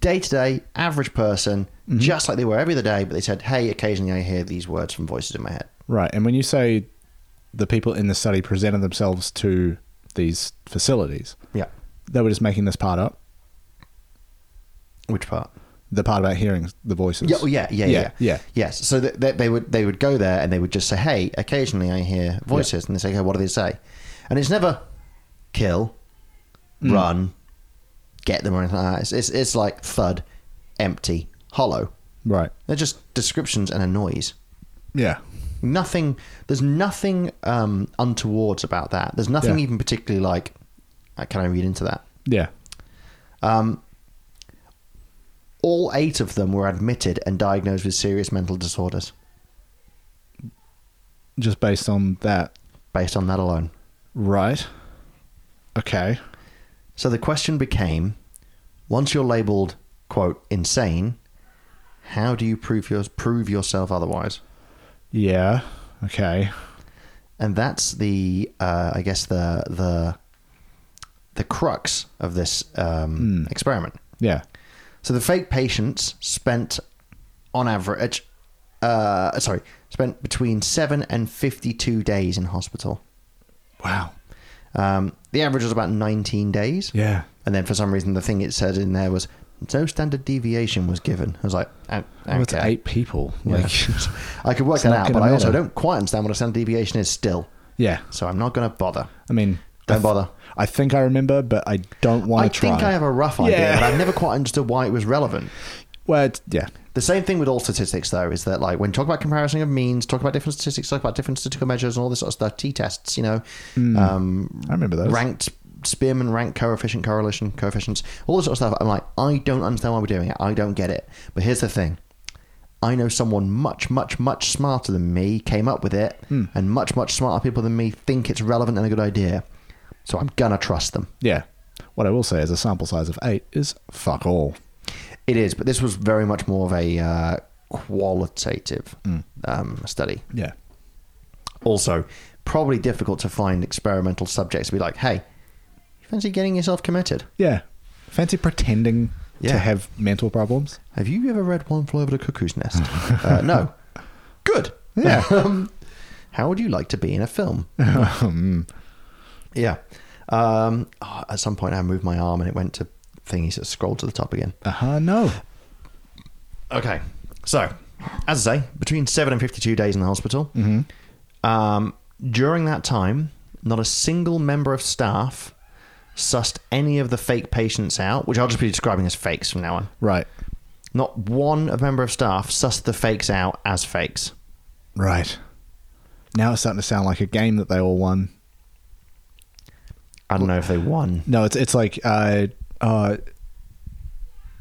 S1: day to day, average person, just like they were every other day, but they said, hey, occasionally I hear these words from voices in my head.
S2: Right. And when you say the people in the study presented themselves to these facilities,
S1: Yeah.
S2: they were just making this part up.
S1: Which part?
S2: The part about hearing the voices.
S1: Yeah, oh, yeah, yeah, yeah,
S2: Yeah, yeah.
S1: Yes. So th- th- they would they would go there and they would just say, "Hey, occasionally I hear voices," and they say, "Okay, what do they say?" And it's never kill,
S2: Hmm.
S1: run, get them or anything like that. It's, it's it's like thud, empty, hollow.
S2: Right.
S1: They're just descriptions and a noise.
S2: Yeah.
S1: Nothing. There's nothing um, untowards about that. There's nothing
S2: Yeah.
S1: even particularly like. uh, Can I read into that?
S2: Yeah.
S1: All eight of them were admitted and diagnosed with serious mental disorders
S2: Just based on that.
S1: based on that alone.
S2: Right. Okay.
S1: So the question became once you're labeled, quote, insane, how do you prove, your, prove yourself otherwise?
S2: Yeah. Okay.
S1: And that's the, uh, I guess, the, the, the crux of this um, experiment.
S2: Yeah.
S1: So the fake patients spent, on average, uh, sorry, spent between 7 and 52 days in hospital.
S2: Wow.
S1: Um, the average was about 19 days.
S2: Yeah.
S1: And then for some reason, the thing it said in there was no standard deviation was given. I was like, o-
S2: Well, it's
S1: okay.
S2: Oh, eight people.
S1: Yeah.
S2: Like,
S1: I could work
S2: It's
S1: that
S2: not
S1: out,
S2: gonna
S1: but I also
S2: matter.
S1: don't quite understand what a standard deviation is still.
S2: yeah.
S1: So I'm not going to bother.
S2: I mean,
S1: Don't
S2: I th-
S1: bother.
S2: I think I remember, but I don't
S1: I
S2: want to try.
S1: think I have a rough idea,
S2: Yeah.
S1: but I've never quite understood why it was relevant.
S2: Well, it's, yeah.
S1: The same thing with all statistics, though, is that like when you talk about comparison of means, talk about different statistics, talk about different statistical measures and all this sort of stuff, t-tests, you know,
S2: Hmm.
S1: um,
S2: I remember those.
S1: ranked Spearman rank coefficient correlation coefficients, all this sort of stuff. I'm like, I don't understand why we're doing it. I don't get it. But here's the thing. I know someone much, much, much smarter than me came up with it, and much, much smarter people than me think it's relevant and a good idea. So I'm gonna trust them.
S2: Yeah. What I will say is a sample size of eight is fuck all.
S1: It is, but this was very much more of a uh, qualitative um, study.
S2: Yeah.
S1: Also, probably difficult to find experimental subjects to be like, hey, you fancy getting yourself committed?
S2: Yeah. Fancy pretending
S1: Yeah.
S2: to have mental problems.
S1: Have you ever read One Flew Over the Cuckoo's Nest? uh, no. Good.
S2: Yeah.
S1: um, how would you like to be in a film?
S2: Hmm.
S1: Yeah. Um, oh, at some point, I moved my arm and it went to thingy, so it scrolled to the top again.
S2: uh-huh, no.
S1: Okay. So, as I say, between seven and 52 days in the hospital. Um, during that time, not a single member of staff sussed any of the fake patients out, which I'll just be describing as fakes from now on.
S2: Right.
S1: Not one of member of staff sussed the fakes out as fakes.
S2: Right. Now it's starting to sound like a game that they all won.
S1: I don't know if they won.
S2: No, it's it's like uh, uh,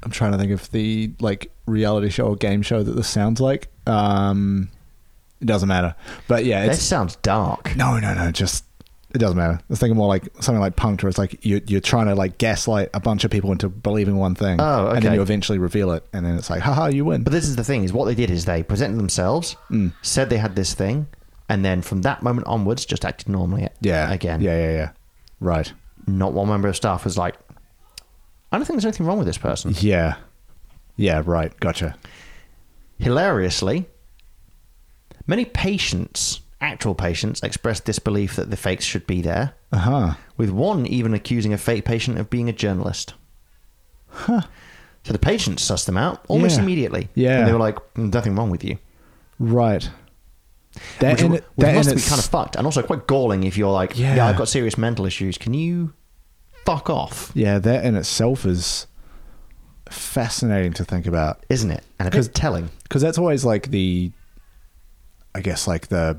S2: I'm trying to think of the like reality show or game show that this sounds like. Um, it doesn't matter, but yeah,
S1: That
S2: it's
S1: sounds dark.
S2: no, no, no. Just it doesn't matter. I was thinking more like something like Punked, where it's like you you're trying to like gaslight a bunch of people into believing one thing,
S1: Oh,
S2: and then
S1: okay.
S2: you eventually reveal it, and then it's like, haha, you win.
S1: But this is the thing: is what they did is they presented themselves,
S2: Hmm.
S1: said they had this thing, and then from that moment onwards, just acted normally.
S2: yeah,
S1: Again,
S2: yeah, yeah, yeah. Right.
S1: not one member of staff was like, "I don't think there's anything wrong with this person."
S2: Yeah. Yeah. Right. Gotcha.
S1: Hilariously, many patients, actual patients, expressed disbelief that the fakes should be there.
S2: Uh huh.
S1: With one even accusing a fake patient of being a journalist.
S2: Huh.
S1: So the patients sussed them out almost
S2: Yeah.
S1: immediately.
S2: Yeah.
S1: and they were like, "Mm, "Nothing wrong with you."
S2: Right. That
S1: which,
S2: in-
S1: which
S2: that in
S1: must be
S2: its-
S1: kind of fucked and also quite galling if you're like yeah.
S2: Yeah.
S1: i've got serious mental issues can you fuck off
S2: Yeah, that in itself is fascinating to think about
S1: isn't it and a
S2: Because-
S1: bit telling
S2: because that's always like the, I guess like the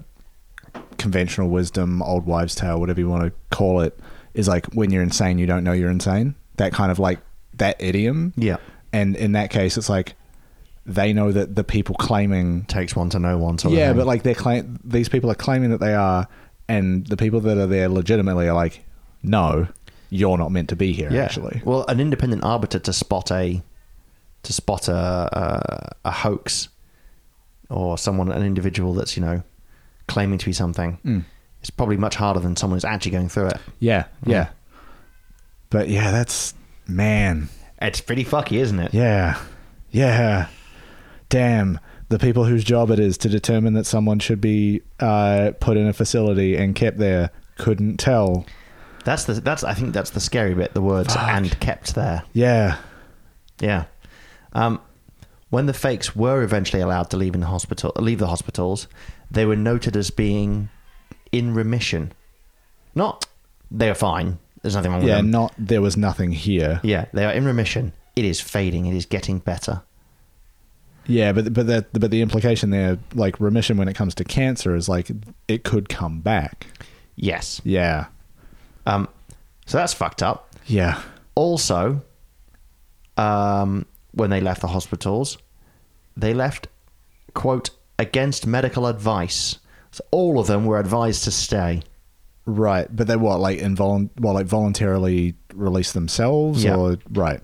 S2: conventional wisdom, old wives' tale, whatever you want to call it, is like when you're insane, you don't know you're insane. That kind of like that idiom.
S1: Yeah.
S2: And in that case, it's like they know that the people claiming
S1: takes one to know one sort of
S2: yeah,
S1: thing.
S2: but like they're claim these people are claiming that they are, and the people that are there legitimately are like, no, you're not meant to be here.
S1: yeah
S2: Actually,
S1: well an independent arbiter to spot a to spot a a, a hoax or someone an individual that's you know claiming to be something
S2: Hmm.
S1: it's probably much harder than someone who's actually going through it
S2: yeah, yeah,
S1: Yeah.
S2: But yeah, that's man.
S1: it's pretty fucky isn't it
S2: Yeah, yeah. Damn the people whose job it is to determine that someone should be uh, put in a facility and kept there couldn't tell.
S1: that's the that's i think that's the scary bit the words and kept there
S2: Yeah,
S1: Yeah. Um, when the fakes were eventually allowed to leave in the hospital, leave the hospitals, they were noted as being in remission. Not they are fine. There's nothing wrong with
S2: yeah.
S1: them.
S2: Not there was nothing here.
S1: Yeah, they are in remission. It is fading. It is getting better.
S2: Yeah, but but that but the implication there, like remission when it comes to cancer, is like it could come back.
S1: Yes.
S2: Yeah,
S1: Um, so that's fucked up.
S2: yeah,
S1: Also, um, when they left the hospitals, they left quote against medical advice. So all of them were advised to stay.
S2: right. But they what like invol well like voluntarily release themselves
S1: Yeah.
S2: or right?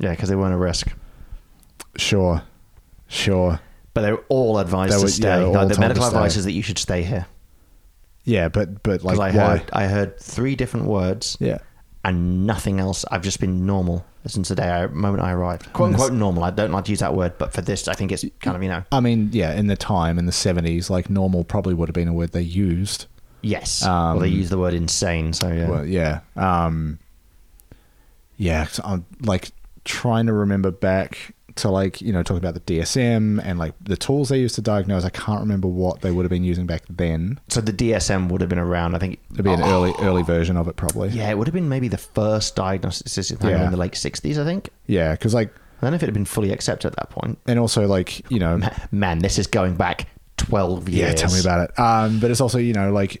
S1: Yeah, because they weren't a risk.
S2: Sure, sure.
S1: But they were all advised
S2: They were-
S1: to
S2: yeah,
S1: stay.
S2: they were all
S1: like, the
S2: told
S1: medical
S2: to stay.
S1: advice is that you should stay here.
S2: Yeah, but but like
S1: Because
S2: why?
S1: I heard I heard three different words
S2: Yeah,
S1: and nothing else. I've just been normal since the day I, moment I arrived. Quote unquote normal. I don't like to use that word, but for this, I think it's kind of you know.
S2: I mean, yeah. In the time in the seventies, like normal probably would have been a word they used.
S1: Yes.
S2: Um,
S1: well, they use the word insane. So yeah.
S2: Well, yeah. Um, yeah, 'cause I'm like trying to remember back to like, you know, talk about the DSM and like the tools they used to diagnose. I can't remember what they would have been using back then.
S1: so the DSM would have been around. I think.
S2: It'd be an
S1: Oh,
S2: early, early version of it probably.
S1: Yeah, it would have been maybe the first diagnosis system
S2: Yeah.
S1: in the late '60s, I think.
S2: Yeah. Cause like,
S1: I don't know if it had been fully accepted at that point.
S2: and also like, you know,
S1: Ma- Man, this is going back 12 years.
S2: yeah, tell me about it. Um, but it's also, you know, like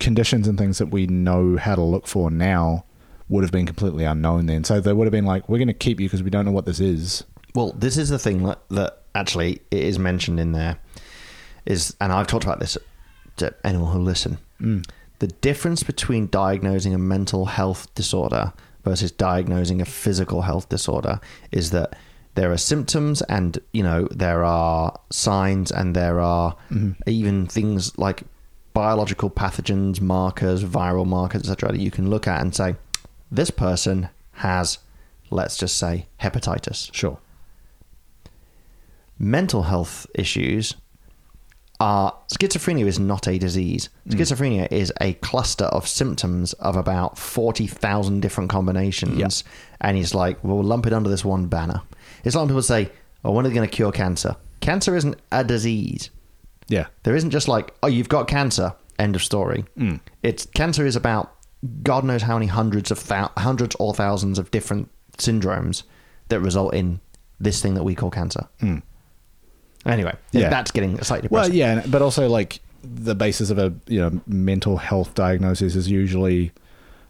S2: conditions and things that we know how to look for now would have been completely unknown then. So they would have been like, we're going to keep you because we don't know what this is.
S1: Well, this is the thing that, that actually it is mentioned in there is, and I've talked about this to anyone who listen. The difference between diagnosing a mental health disorder versus diagnosing a physical health disorder is that there are symptoms and you know there are signs and there are even things like biological pathogens markers viral markers etc that you can look at and say this person has let's just say hepatitis
S2: Sure.
S1: mental health issues are schizophrenia is not a disease. Schizophrenia is a cluster of symptoms of about 40,000 different combinations. And it's like, well, we'll lump it under this one banner. It's like when people say, oh, when are they going to cure cancer? Cancer isn't a disease.
S2: Yeah.
S1: There isn't just like, oh, you've got cancer, end of story. It's cancer is about God knows how many hundreds of thou- hundreds or thousands of different syndromes that result in this thing that we call cancer. Anyway,
S2: Yeah.
S1: that's getting slightly
S2: Well,
S1: depressing.
S2: yeah, and- but also like the basis of a you know mental health diagnosis is usually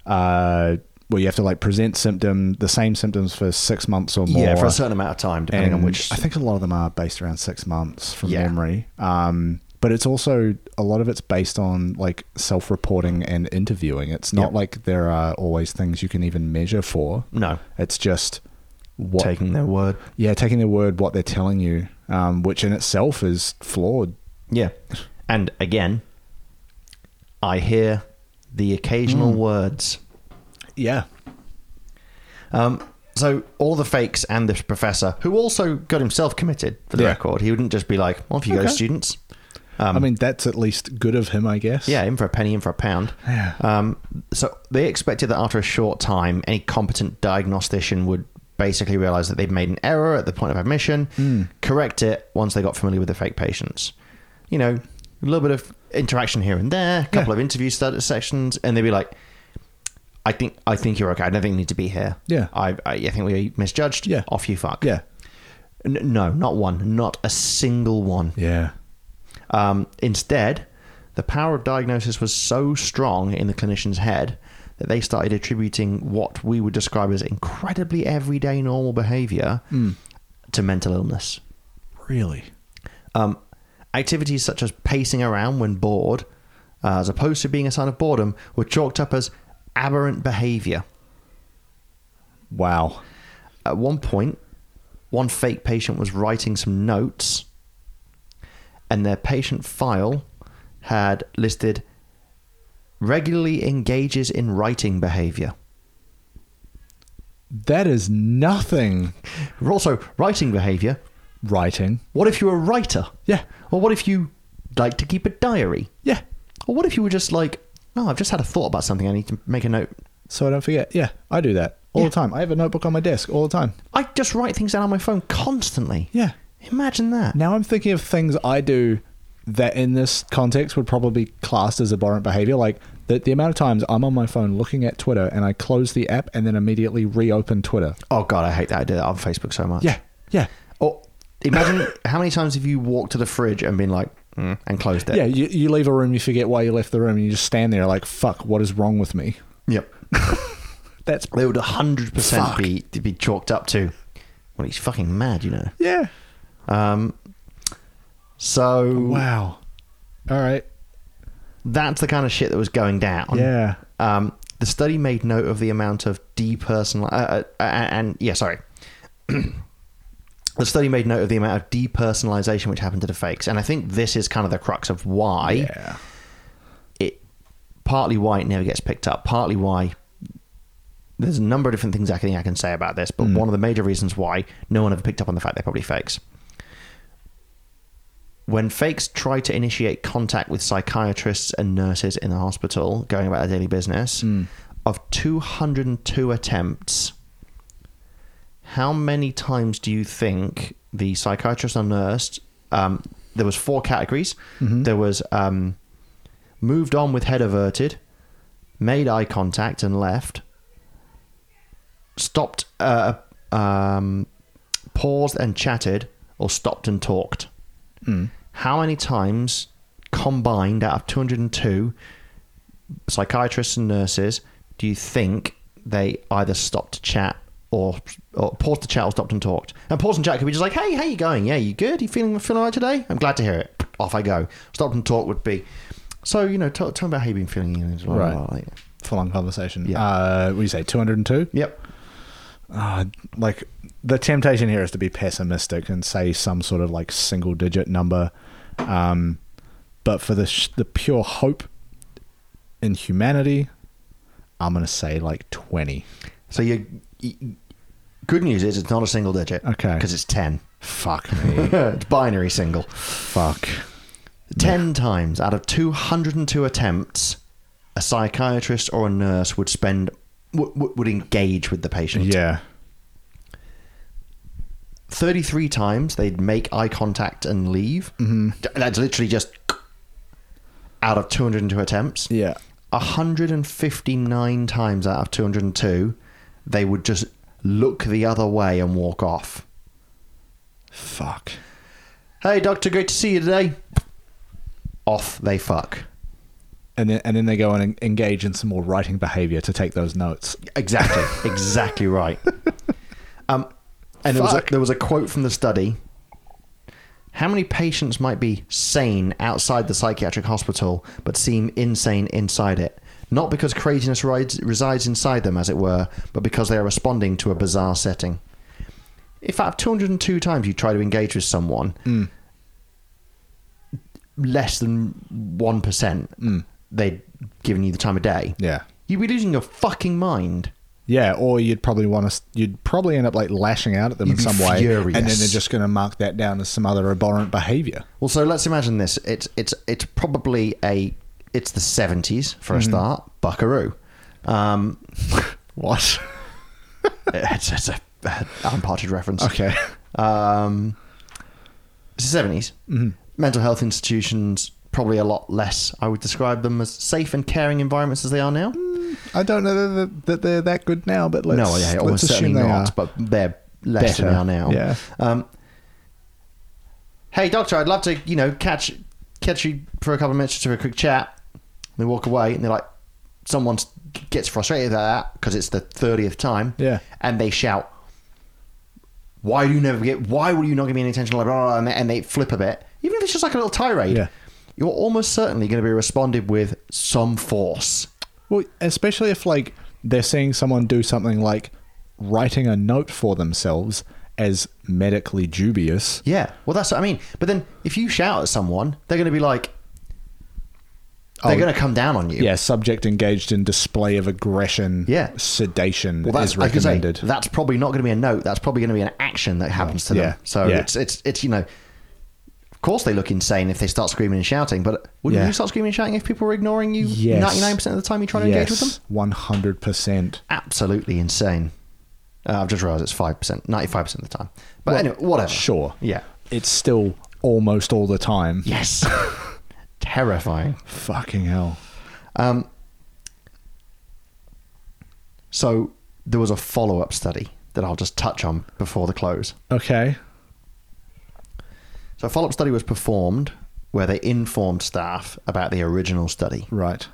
S2: uh, where you have to like present symptom the same symptoms for six months or more.
S1: yeah, for a certain amount of time, depending on
S2: And
S1: which.
S2: I think a lot of them are based around six months from
S1: Yeah.
S2: memory. Um, but it's also a lot of it's based on like self-reporting and interviewing. It's not
S1: Yep.
S2: like there are always things you can even measure for.
S1: no,
S2: It's just what
S1: taking their word.
S2: yeah taking their word what they're telling you, um, which in itself is flawed.
S1: Yeah, and again, I hear the occasional words.
S2: Yeah,
S1: Um, so all the fakes and this professor, who also got himself committed for the
S2: Yeah.
S1: record, he wouldn't just be like, "Off you go,
S2: Okay.
S1: students."
S2: I mean that's at least good of him, I guess.
S1: Yeah, in for a penny, in for a pound.
S2: Yeah.
S1: Um, so they expected that after a short time, any competent diagnostician would basically realize that they'd made an error at the point of admission,
S2: Hmm.
S1: correct it once they got familiar with the fake patients. You know, a little bit of interaction here and there, a couple
S2: Yeah.
S1: of interview stud- sessions, and they'd be like, "I think, I think you're okay. I don't think you need to be here.
S2: Yeah.
S1: I, I, I think we misjudged.
S2: Yeah.
S1: off you fuck.
S2: Yeah.
S1: N- no, not one, not a single one.
S2: Yeah.
S1: Um, instead, the power of diagnosis was so strong in the clinician's head that they started attributing what we would describe as incredibly everyday normal behavior to mental illness.
S2: Really.
S1: Um, activities such as pacing around when bored, uh, as opposed to being a sign of boredom, were chalked up as aberrant behavior.
S2: Wow.
S1: At one point, one fake patient was writing some notes, and their patient file had listed regularly engages in writing behavior.
S2: That is nothing.
S1: Also, writing behavior.
S2: Writing.
S1: What if you're a writer?
S2: Yeah.
S1: Or what if you like to keep a diary?
S2: Yeah.
S1: Or what if you were just like, oh, I've just had a thought about something. I need to make a note.
S2: So I don't forget. Yeah, I do that all
S1: Yeah.
S2: the time. I have a notebook on my desk all the time.
S1: I just write things down on my phone constantly.
S2: Yeah.
S1: Imagine that.
S2: Now I'm thinking of things I do that in this context would probably be classed as abhorrent behavior. Like the, the amount of times I'm on my phone looking at Twitter and I close the app and then immediately reopen Twitter.
S1: Oh, God, I hate that. I do that on Facebook so much.
S2: Yeah. Yeah.
S1: Or imagine how many times have you walked to the fridge and been like, "Mm," and closed it?
S2: Yeah. You, you leave a room, you forget why you left the room, and you just stand there like, fuck, what is wrong with me?
S1: Yep.
S2: That's.
S1: They would 100%
S2: Fuck.
S1: be to be chalked up to, well, he's fucking mad, you know.
S2: Yeah.
S1: Um, so
S2: Wow. All right.
S1: that's the kind of shit that was going down.
S2: Yeah.
S1: Um, the study made note of the amount of depersonal uh, uh, uh, and yeah, sorry. the study made note of the amount of depersonalization which happened to the fakes, and I think this is kind of the crux of why
S2: Yeah.
S1: it partly why it never gets picked up, partly why there's a number of different things I can, I can say about this, but one of the major reasons why no one ever picked up on the fact they're probably fakes. When fakes try to initiate contact with psychiatrists and nurses in the hospital, going about their daily business, of 202 attempts, how many times do you think the psychiatrist or nurse? Um, there was four categories. There was um, moved on with head averted, made eye contact and left, stopped, uh, um, paused and chatted, or stopped and talked. How many times combined out of 202 psychiatrists and nurses do you think they either stopped to chat or, or paused to chat or stopped and talked? And paused and chat could be just like, hey, how you going? Yeah, you good? You feeling feeling alright today? I'm glad to hear it. Off I go. Stopped and talk would be, so you know, tell, tell me about how you've been feeling. Blah, blah,
S2: Right.
S1: blah, like-
S2: Full on conversation.
S1: Yeah.
S2: Uh, what do you say? 202?
S1: Yep.
S2: uh, like the temptation here is to be pessimistic and say some sort of like single digit number um, but for the sh- the pure hope in humanity i'm going to say like 20
S1: So you, you- good news is it's not a single digit.
S2: Okay.
S1: Because it's ten.
S2: fuck me
S1: it's binary single.
S2: fuck
S1: Ten times out of two hundred and two attempts, a psychiatrist or a nurse would spend w- w- would engage with the patient.
S2: yeah
S1: Thirty-three times they'd make eye contact and leave.
S2: Mm-hmm.
S1: D- That's literally just out of two hundred and two attempts.
S2: yeah
S1: 159 times out of 202, they would just look the other way and walk off.
S2: fuck
S1: Hey, doctor, great to see you today. Off they fuck.
S2: and then and then they go and en- engage in some more writing behavior to take those notes
S1: Exactly, exactly right. Um, and there was, a,
S2: Fuck.
S1: there was a quote from the study. How many patients might be sane outside the psychiatric hospital but seem insane inside it? Not because craziness rides, resides inside them, as it were, but because they are responding to a bizarre setting. If out of 202 times you try to engage with someone,
S2: Mm.
S1: less than 1%, they'd given you the time of day.
S2: Mm. yeah
S1: You'd be losing your fucking mind.
S2: Yeah, or you'd probably want to. You'd probably end up like lashing out at them
S1: You'd
S2: in
S1: be
S2: some way, and then
S1: furious.
S2: they're just going to mark that down as some other abhorrent behavior.
S1: Well, so let's imagine this. It's it's it's probably a it's the seventies for a start. Buckaroo. Um,
S2: What?
S1: it's, it's a unparted reference.
S2: okay.
S1: Um, it's the seventies. Mental health institutions probably a lot less. I would describe them as safe and caring environments as they are now.
S2: I don't know that, that they're that good now, but let's,
S1: no, yeah,
S2: let's
S1: almost
S2: assume
S1: certainly
S2: they
S1: not.
S2: are.
S1: But they're less than they
S2: Better,
S1: are now.
S2: yeah.
S1: Um, hey, doctor, I'd love to, you know, catch catch you for a couple of minutes to a quick chat. They walk away, and they're like, someone gets frustrated at that because it's the thirtieth time.
S2: Yeah.
S1: and they shout, "Why do you never get? Why will you not give me any attention?" Blah, blah, blah, and, they, and they flip a bit, even if it's just like a little tirade.
S2: Yeah.
S1: You're almost certainly going to be responded with some force.
S2: Well, especially if like they're seeing someone do something like writing a note for themselves as medically dubious.
S1: Yeah, well, that's what I mean. But then if you shout at someone, they're going to be like,
S2: Oh,
S1: they're going to come down on you.
S2: Yeah, subject engaged in display of aggression.
S1: Yeah.
S2: sedation
S1: well, that's
S2: is
S1: like I say,
S2: recommended.
S1: that's probably not going to be a note. That's probably going to be an action that happens to
S2: Yeah.
S1: them. So
S2: Yeah.
S1: it's it's it's you know, of course they look insane if they start screaming and shouting. But wouldn't
S2: Yeah.
S1: you start screaming and shouting if people were ignoring you
S2: Yes.
S1: ninety nine percent of the time you try to engage with them?
S2: One hundred percent.
S1: Absolutely insane. Uh, I've just realised it's five percent, ninety five percent of the time. But anyway, whatever.
S2: Sure.
S1: Yeah.
S2: It's still almost all the time.
S1: Yes. Terrifying.
S2: Fucking hell.
S1: Um, so there was a follow up study that I'll just touch on before the close.
S2: Okay.
S1: So a follow up study was performed where they informed staff about the original study
S2: Right.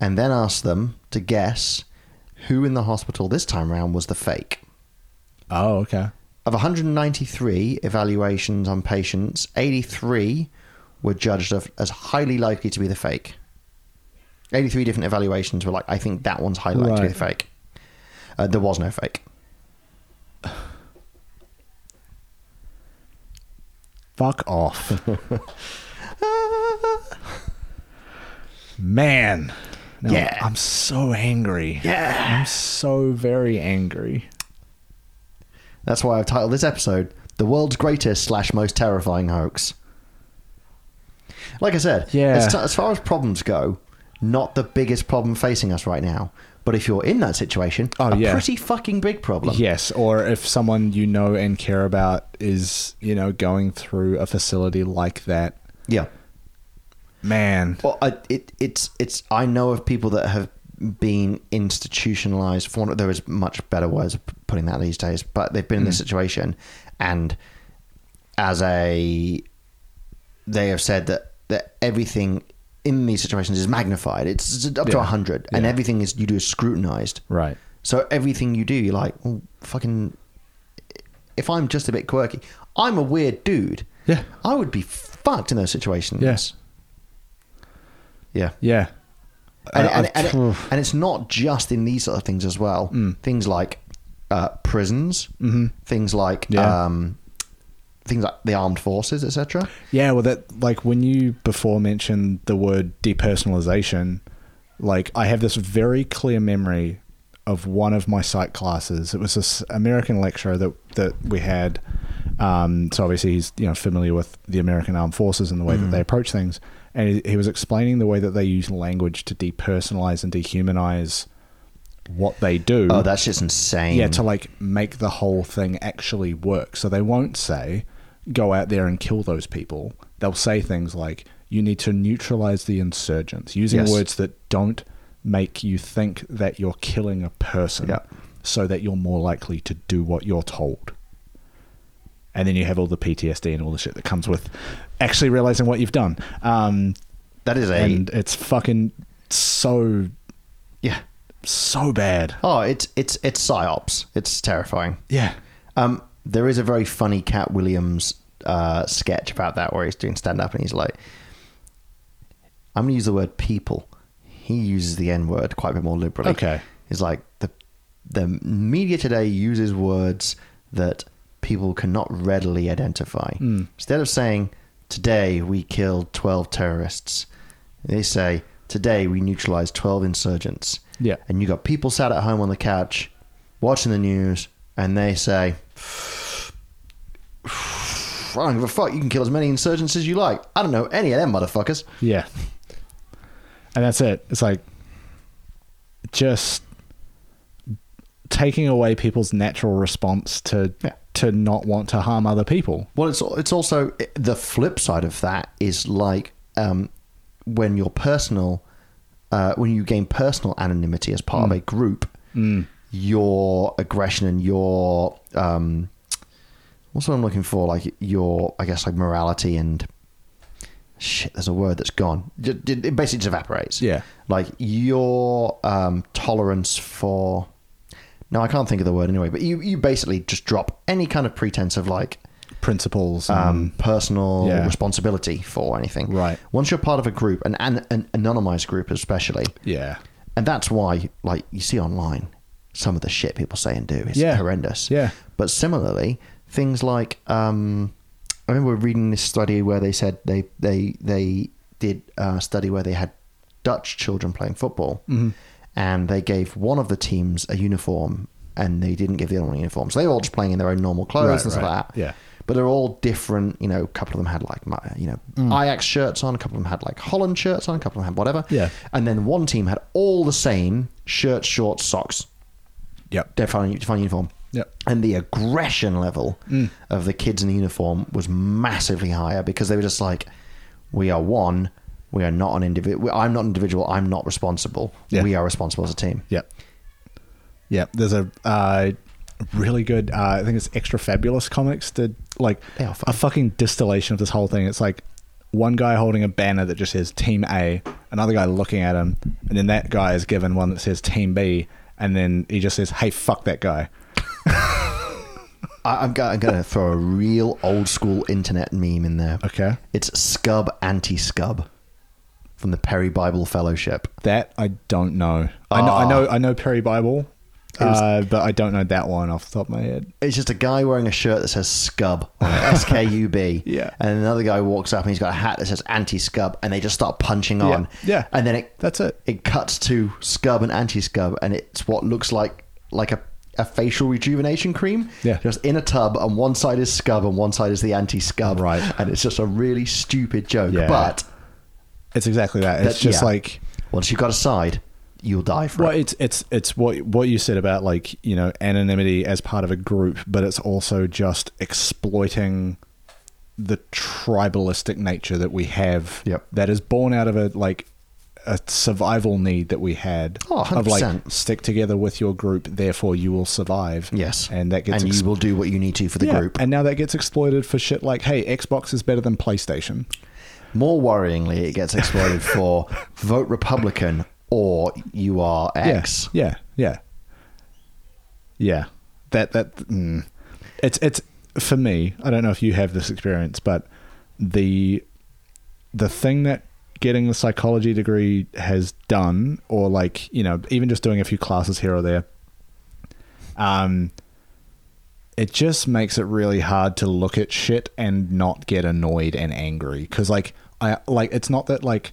S1: and then asked them to guess who in the hospital this time round was the fake.
S2: Oh, okay.
S1: Of 193 evaluations on patients, 83 were judged of, as highly likely to be the fake. 83 different evaluations were like, I think that one's highly likely to be
S2: Right.
S1: the fake. Uh, there was no fake.
S2: Fuck off. Man. No,
S1: Yeah.
S2: I'm so angry.
S1: Yeah.
S2: I'm so very angry.
S1: That's why I've titled this episode "The World's Greatest Slash Most Terrifying Hoax." Like I said,
S2: Yeah.
S1: as, as far as problems go, not the biggest problem facing us right now. But if you're in that situation,
S2: Oh,
S1: a
S2: yeah.
S1: pretty fucking big problem.
S2: Yes, or if someone you know and care about is, you know, going through a facility like that.
S1: Yeah.
S2: Man.
S1: Well, I, it, it's it's. I know of people that have been institutionalized. For want of- there is much better ways of putting that these days, but they've been in
S2: Hmm.
S1: this situation, and as a, they have said that that everything in these situations is magnified. It's up to
S2: Yeah.
S1: hundred, and
S2: Yeah.
S1: everything is you do is scrutinized.
S2: Right.
S1: So everything you do, you're like, well, fucking. If I'm just a bit quirky, I'm a weird dude.
S2: Yeah.
S1: I would be fucked in those situations.
S2: Yes.
S1: Yeah.
S2: Yeah. Uh,
S1: And,
S2: I-
S1: and,
S2: I've- Mm.
S1: and, and it's not just in these sort of things as well. Things like uh, prisons,
S2: Mhm.
S1: things like
S2: Yeah.
S1: um, things like the armed forces, etc.
S2: Yeah, well, that like when you before mentioned the word depersonalization, like I have this very clear memory of one of my psych classes. It was this American lecturer that that we had. Um, so obviously he's you know familiar with the American armed forces and the way that they approach things, and he, he was explaining the way that they use language to depersonalize and dehumanize what they do.
S1: Oh, that shit's insane.
S2: Yeah, to like make the whole thing actually work. So they won't say, go out there and kill those people. They'll say things like, you need to neutralize the insurgents using
S1: Yes.
S2: words that don't make you think that you're killing a person
S1: Yeah.
S2: so that you're more likely to do what you're told. And then you have all the PTSD and all the shit that comes with actually realizing what you've done. Um,
S1: that is a
S2: and it's fucking so,
S1: yeah.
S2: so bad.
S1: Oh, it's it's it's psyops. It's terrifying.
S2: Yeah.
S1: Um, there is a very funny Cat Williams uh, sketch about that where he's doing stand up and he's like, I'm going to use the word people. He uses the N word quite a bit more liberally.
S2: Okay.
S1: He's like, the, the media today uses words that people cannot readily identify. Instead of saying, today we killed 12 terrorists, they say, today we neutralized 12 insurgents
S2: Yeah.
S1: and you got people sat at home on the couch watching the news and they say I don't give a fuck you can kill as many insurgents as you like I don't know any of them motherfuckers
S2: Yeah. And that's it. It's like just taking away people's natural response to
S1: Yeah.
S2: to not want to harm other people.
S1: well it's it's also the flip side of that is like um, when your personal uh, when you gain personal anonymity as part of a group your aggression and your um, what's what I'm looking for like your I guess like morality and shit there's a word that's gone J- j- it basically just evaporates
S2: Yeah.
S1: like your um, tolerance for no I can't think of the word anyway but you, you basically just drop any kind of pretense of like
S2: Principles.
S1: um,
S2: Um,
S1: personal
S2: yeah.
S1: responsibility for anything
S2: Right.
S1: once you're part of a group and an, an anonymized group especially
S2: yeah.
S1: and that's why like you see online some of the shit people say and do is
S2: Yeah.
S1: horrendous
S2: Yeah.
S1: but similarly things like um i remember reading this study where they said they they they did a study where they had dutch children playing football
S2: Mm-hmm.
S1: and they gave one of the teams a uniform and they didn't give the other one a uniform so they were all just playing in their own normal clothes
S2: Right,
S1: and stuff
S2: right.
S1: like that
S2: Yeah.
S1: but they're all different. You know, a couple of them had like my- you know
S2: Mm.
S1: Ajax shirts on, a couple of them had like Holland shirts on, a couple of them had whatever.
S2: Yeah.
S1: And then one team had all the same shirt, shorts, socks,
S2: Yep.
S1: defined defined uniform.
S2: Yep. Mm.
S1: And the aggression level of the kids in the uniform was massively higher because they were just like, "We are one. We are not an individual. I'm not an individual. I'm not responsible.
S2: Yeah.
S1: We are responsible as a team."
S2: Yep. Yep. There's a uh, really good. Uh, I think it's Extra Fabulous Comics did like
S1: They are
S2: a
S1: fun.
S2: fucking distillation of this whole thing. It's like one guy holding a banner that just says Team A, another guy looking at him, and then that guy is given one that says Team B, and then he just says, "Hey, fuck that guy."
S1: I, I'm, go- I'm going to throw a real old school internet meme in there.
S2: Okay.
S1: It's Scub Anti Scub from the Perry Bible Fellowship.
S2: That I don't know. I know. I
S1: Ah.
S2: know. I know Perry Bible,
S1: It was-
S2: uh, but I don't know that one off the top of my head.
S1: It's just a guy wearing a shirt that says Scub, S K U B.
S2: Yeah.
S1: And another guy walks up and he's got a hat that says Anti Scub, and they just start punching on.
S2: Yeah.
S1: And then it
S2: That's it.
S1: it cuts to Scub and Anti Scub, and it's what looks like like a a facial rejuvenation cream.
S2: Yeah.
S1: Just in a tub, and one side is Scub, and one side is the Anti Scub.
S2: Right.
S1: And it's just a really stupid joke,
S2: Yeah.
S1: but
S2: It's exactly that. It's
S1: that-
S2: just
S1: yeah.
S2: like
S1: once you've got a side, you'll die for
S2: Well,
S1: it.
S2: it's it's it's what what you said about like you know anonymity as part of a group, but it's also just exploiting the tribalistic nature that we have.
S1: Yep.
S2: That is born out of a like a survival need that we had
S1: Oh,
S2: of like
S1: 100%.
S2: stick together with your group, therefore you will survive.
S1: Yes.
S2: and that gets
S1: and
S2: ex-
S1: you will do what you need to for the
S2: yeah,
S1: group.
S2: and now that gets exploited for shit like hey, Xbox is better than PlayStation.
S1: More worryingly, it gets exploited for vote Republican or you are X.
S2: Yeah, yeah, yeah. Yeah. That that mm. it's it's for me. I don't know if you have this experience, but the the thing that getting the psychology degree has done, or like you know, even just doing a few classes here or there, Um, it just makes it really hard to look at shit and not get annoyed and angry because like I like it's not that like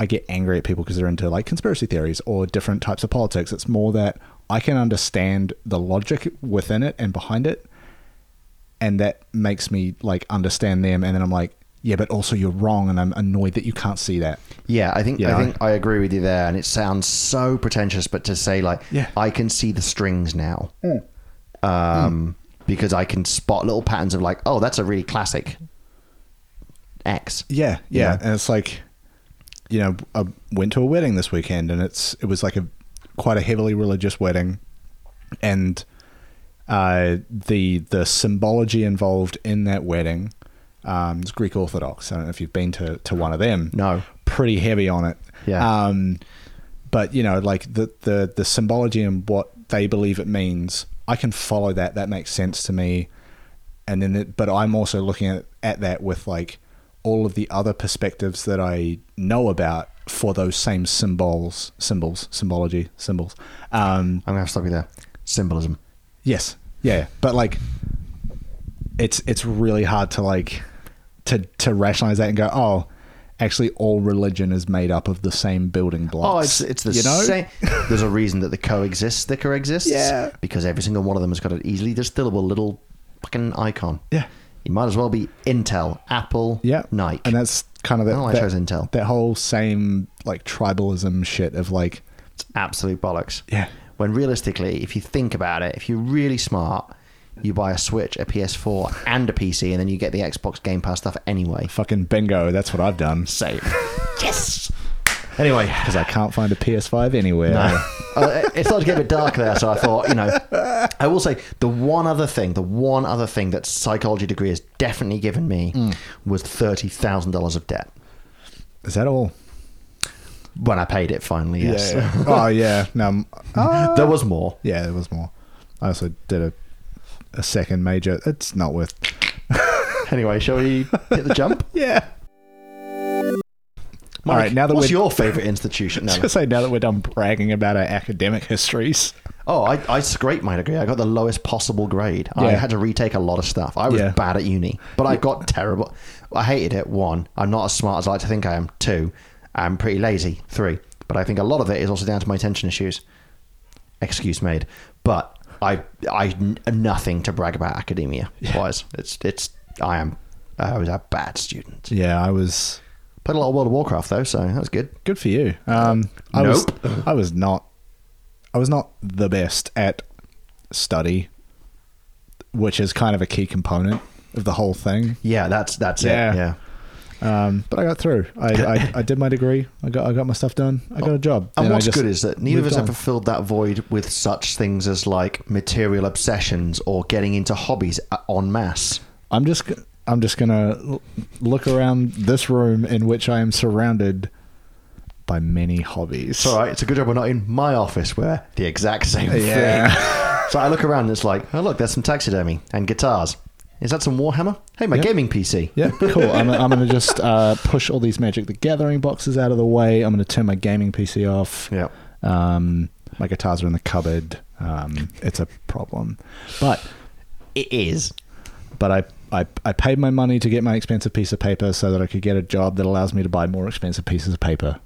S2: I get angry at people because they're into like conspiracy theories or different types of politics. It's more that I can understand the logic within it and behind it, and that makes me like understand them. And then I'm like, yeah, but also you're wrong, and I'm annoyed that you can't see that.
S1: Yeah, I think
S2: Yeah.
S1: I think I agree with you there, and it sounds so pretentious, but to say like,
S2: Yeah. Hmm.
S1: I can see the strings now, um, because I can spot little patterns of like, oh, that's a really classic X.
S2: Yeah, yeah,
S1: Yeah.
S2: and it's like, you know, I went to a wedding this weekend, and it's it was like a quite a heavily religious wedding, and uh, the the symbology involved in that wedding um, is Greek Orthodox. I don't know if you've been to to one of them.
S1: No.
S2: pretty heavy on it.
S1: Yeah.
S2: Um, but you know, like the the the symbology and what they believe it means, I can follow that. That makes sense to me. And then, it, but I'm also looking at at that with like all of the other perspectives that I know about for those same symbols, symbols, symbology, symbols. Um,
S1: I'm gonna have to stop you there. Symbolism.
S2: Yes. Yeah. But like it's it's really hard to like to to rationalize that and go, oh, actually all religion is made up of the same building
S1: Oh,
S2: blocks.
S1: it's it's the
S2: you know?
S1: same. There's a reason that the coexist sticker exists.
S2: Yeah.
S1: because every single one of them has got an easily distillable little fucking icon.
S2: Yeah.
S1: you might as well be Intel, Apple,
S2: Yeah.
S1: Nike,
S2: And that's kind of that,
S1: Oh, I
S2: that-
S1: chose Intel.
S2: That whole same like tribalism shit of like
S1: absolute bollocks.
S2: Yeah.
S1: When realistically, if you think about it, if you're really smart, you buy a Switch, a PS4, and a PC, and then you get the Xbox Game Pass stuff anyway.
S2: fucking bingo, that's what I've done.
S1: Save. yes. Anyway,
S2: Because I can't find a PS5 anywhere.
S1: uh, it started to get a bit dark there, so I thought, you know, I will say the one other thing, the one other thing that psychology degree has definitely given me
S2: Mm.
S1: was thirty thousand dollars of debt
S2: Is that all?
S1: when I paid it finally. Yes,
S2: Yeah, yeah. oh yeah. No. i
S1: there was more.
S2: Yeah, there was more. I also did a a second major. It's not worth.
S1: Anyway, shall we hit the jump?
S2: Yeah.
S1: Mike,
S2: All right, now that
S1: what's
S2: we're-
S1: your favourite institution? No, no.
S2: Just say now that we're done bragging about our academic histories.
S1: Oh, I, I scraped my degree. I got the lowest possible grade. I
S2: Yeah.
S1: had to retake a lot of stuff. I was
S2: Yeah.
S1: bad at uni, but I got terrible. I hated it. One, I'm not as smart as I like to think I am. Two, I'm pretty lazy. Three, but I think a lot of it is also down to my attention issues. Excuse made. But I, I n- nothing to brag about academia wise. It's, it's, I am, I was a bad student.
S2: Yeah, I was.
S1: Played a lot of World of Warcraft though, so that was good.
S2: Good for you. Um, I was.
S1: Nope.
S2: I was not. I was not the best at study, which is kind of a key component of the whole thing.
S1: Yeah, that's, that's
S2: Yeah.
S1: it. Yeah.
S2: Um, but I got through. I, I, I did my degree. I got I got my stuff done. I got a job.
S1: And
S2: Then I
S1: what's
S2: just
S1: good is that neither of
S2: moved
S1: us
S2: on.
S1: ever filled that void with such things as like material obsessions or getting into hobbies a- en masse.
S2: I'm just g- I'm just gonna l- look around this room in which I am surrounded by many hobbies.
S1: It's all right. It's a good job we're not in my office where the exact same
S2: Yeah.
S1: thing. so I look around and it's like, oh, look, there's some taxidermy and guitars. Is that some Warhammer? Hey, my
S2: Yeah.
S1: gaming PC.
S2: Yeah, cool. I'm, I'm gonna just uh, push all these Magic the Gathering boxes out of the way. I'm gonna turn my gaming PC off.
S1: Yeah.
S2: Um, my guitars are in the cupboard. Um, it's a problem, but
S1: It is.
S2: but I, I I paid my money to get my expensive piece of paper so that I could get a job that allows me to buy more expensive pieces of paper.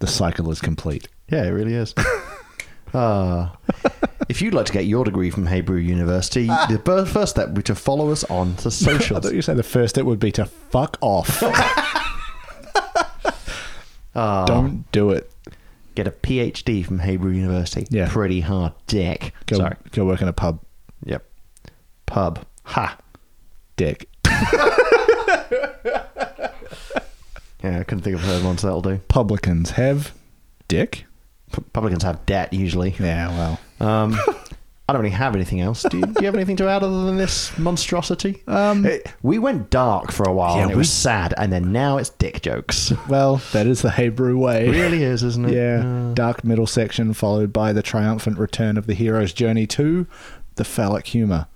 S2: The cycle is complete.
S1: Yeah, it really is. Ah. if you'd like to get your degree from Hebrew University, the bir- first step would be to follow us on to
S2: Ah. I
S1: socials.
S2: thought you said the first it would be to fuck off.
S1: Ah.
S2: Don't do it.
S1: get a PhD from Hebrew University.
S2: Yeah.
S1: Pretty hard dick.
S2: Go
S1: Sorry.
S2: go work in a pub.
S1: Yep. Pub. Ha.
S2: Dick.
S1: Yeah, I couldn't think of a third one, so that'll do.
S2: Publicans have dick.
S1: P- publicans have debt usually.
S2: Yeah, well.
S1: Um, I don't really have anything else. Do you, do you have anything to add other than this monstrosity?
S2: Um,
S1: It- we went dark for a while
S2: Yeah,
S1: and it
S2: we-
S1: was sad, and then now it's dick jokes.
S2: Well, that is the Hebrew way.
S1: It really Uh. is, isn't it?
S2: Yeah. Dark middle section followed by the triumphant return of the hero's journey to the phallic humor.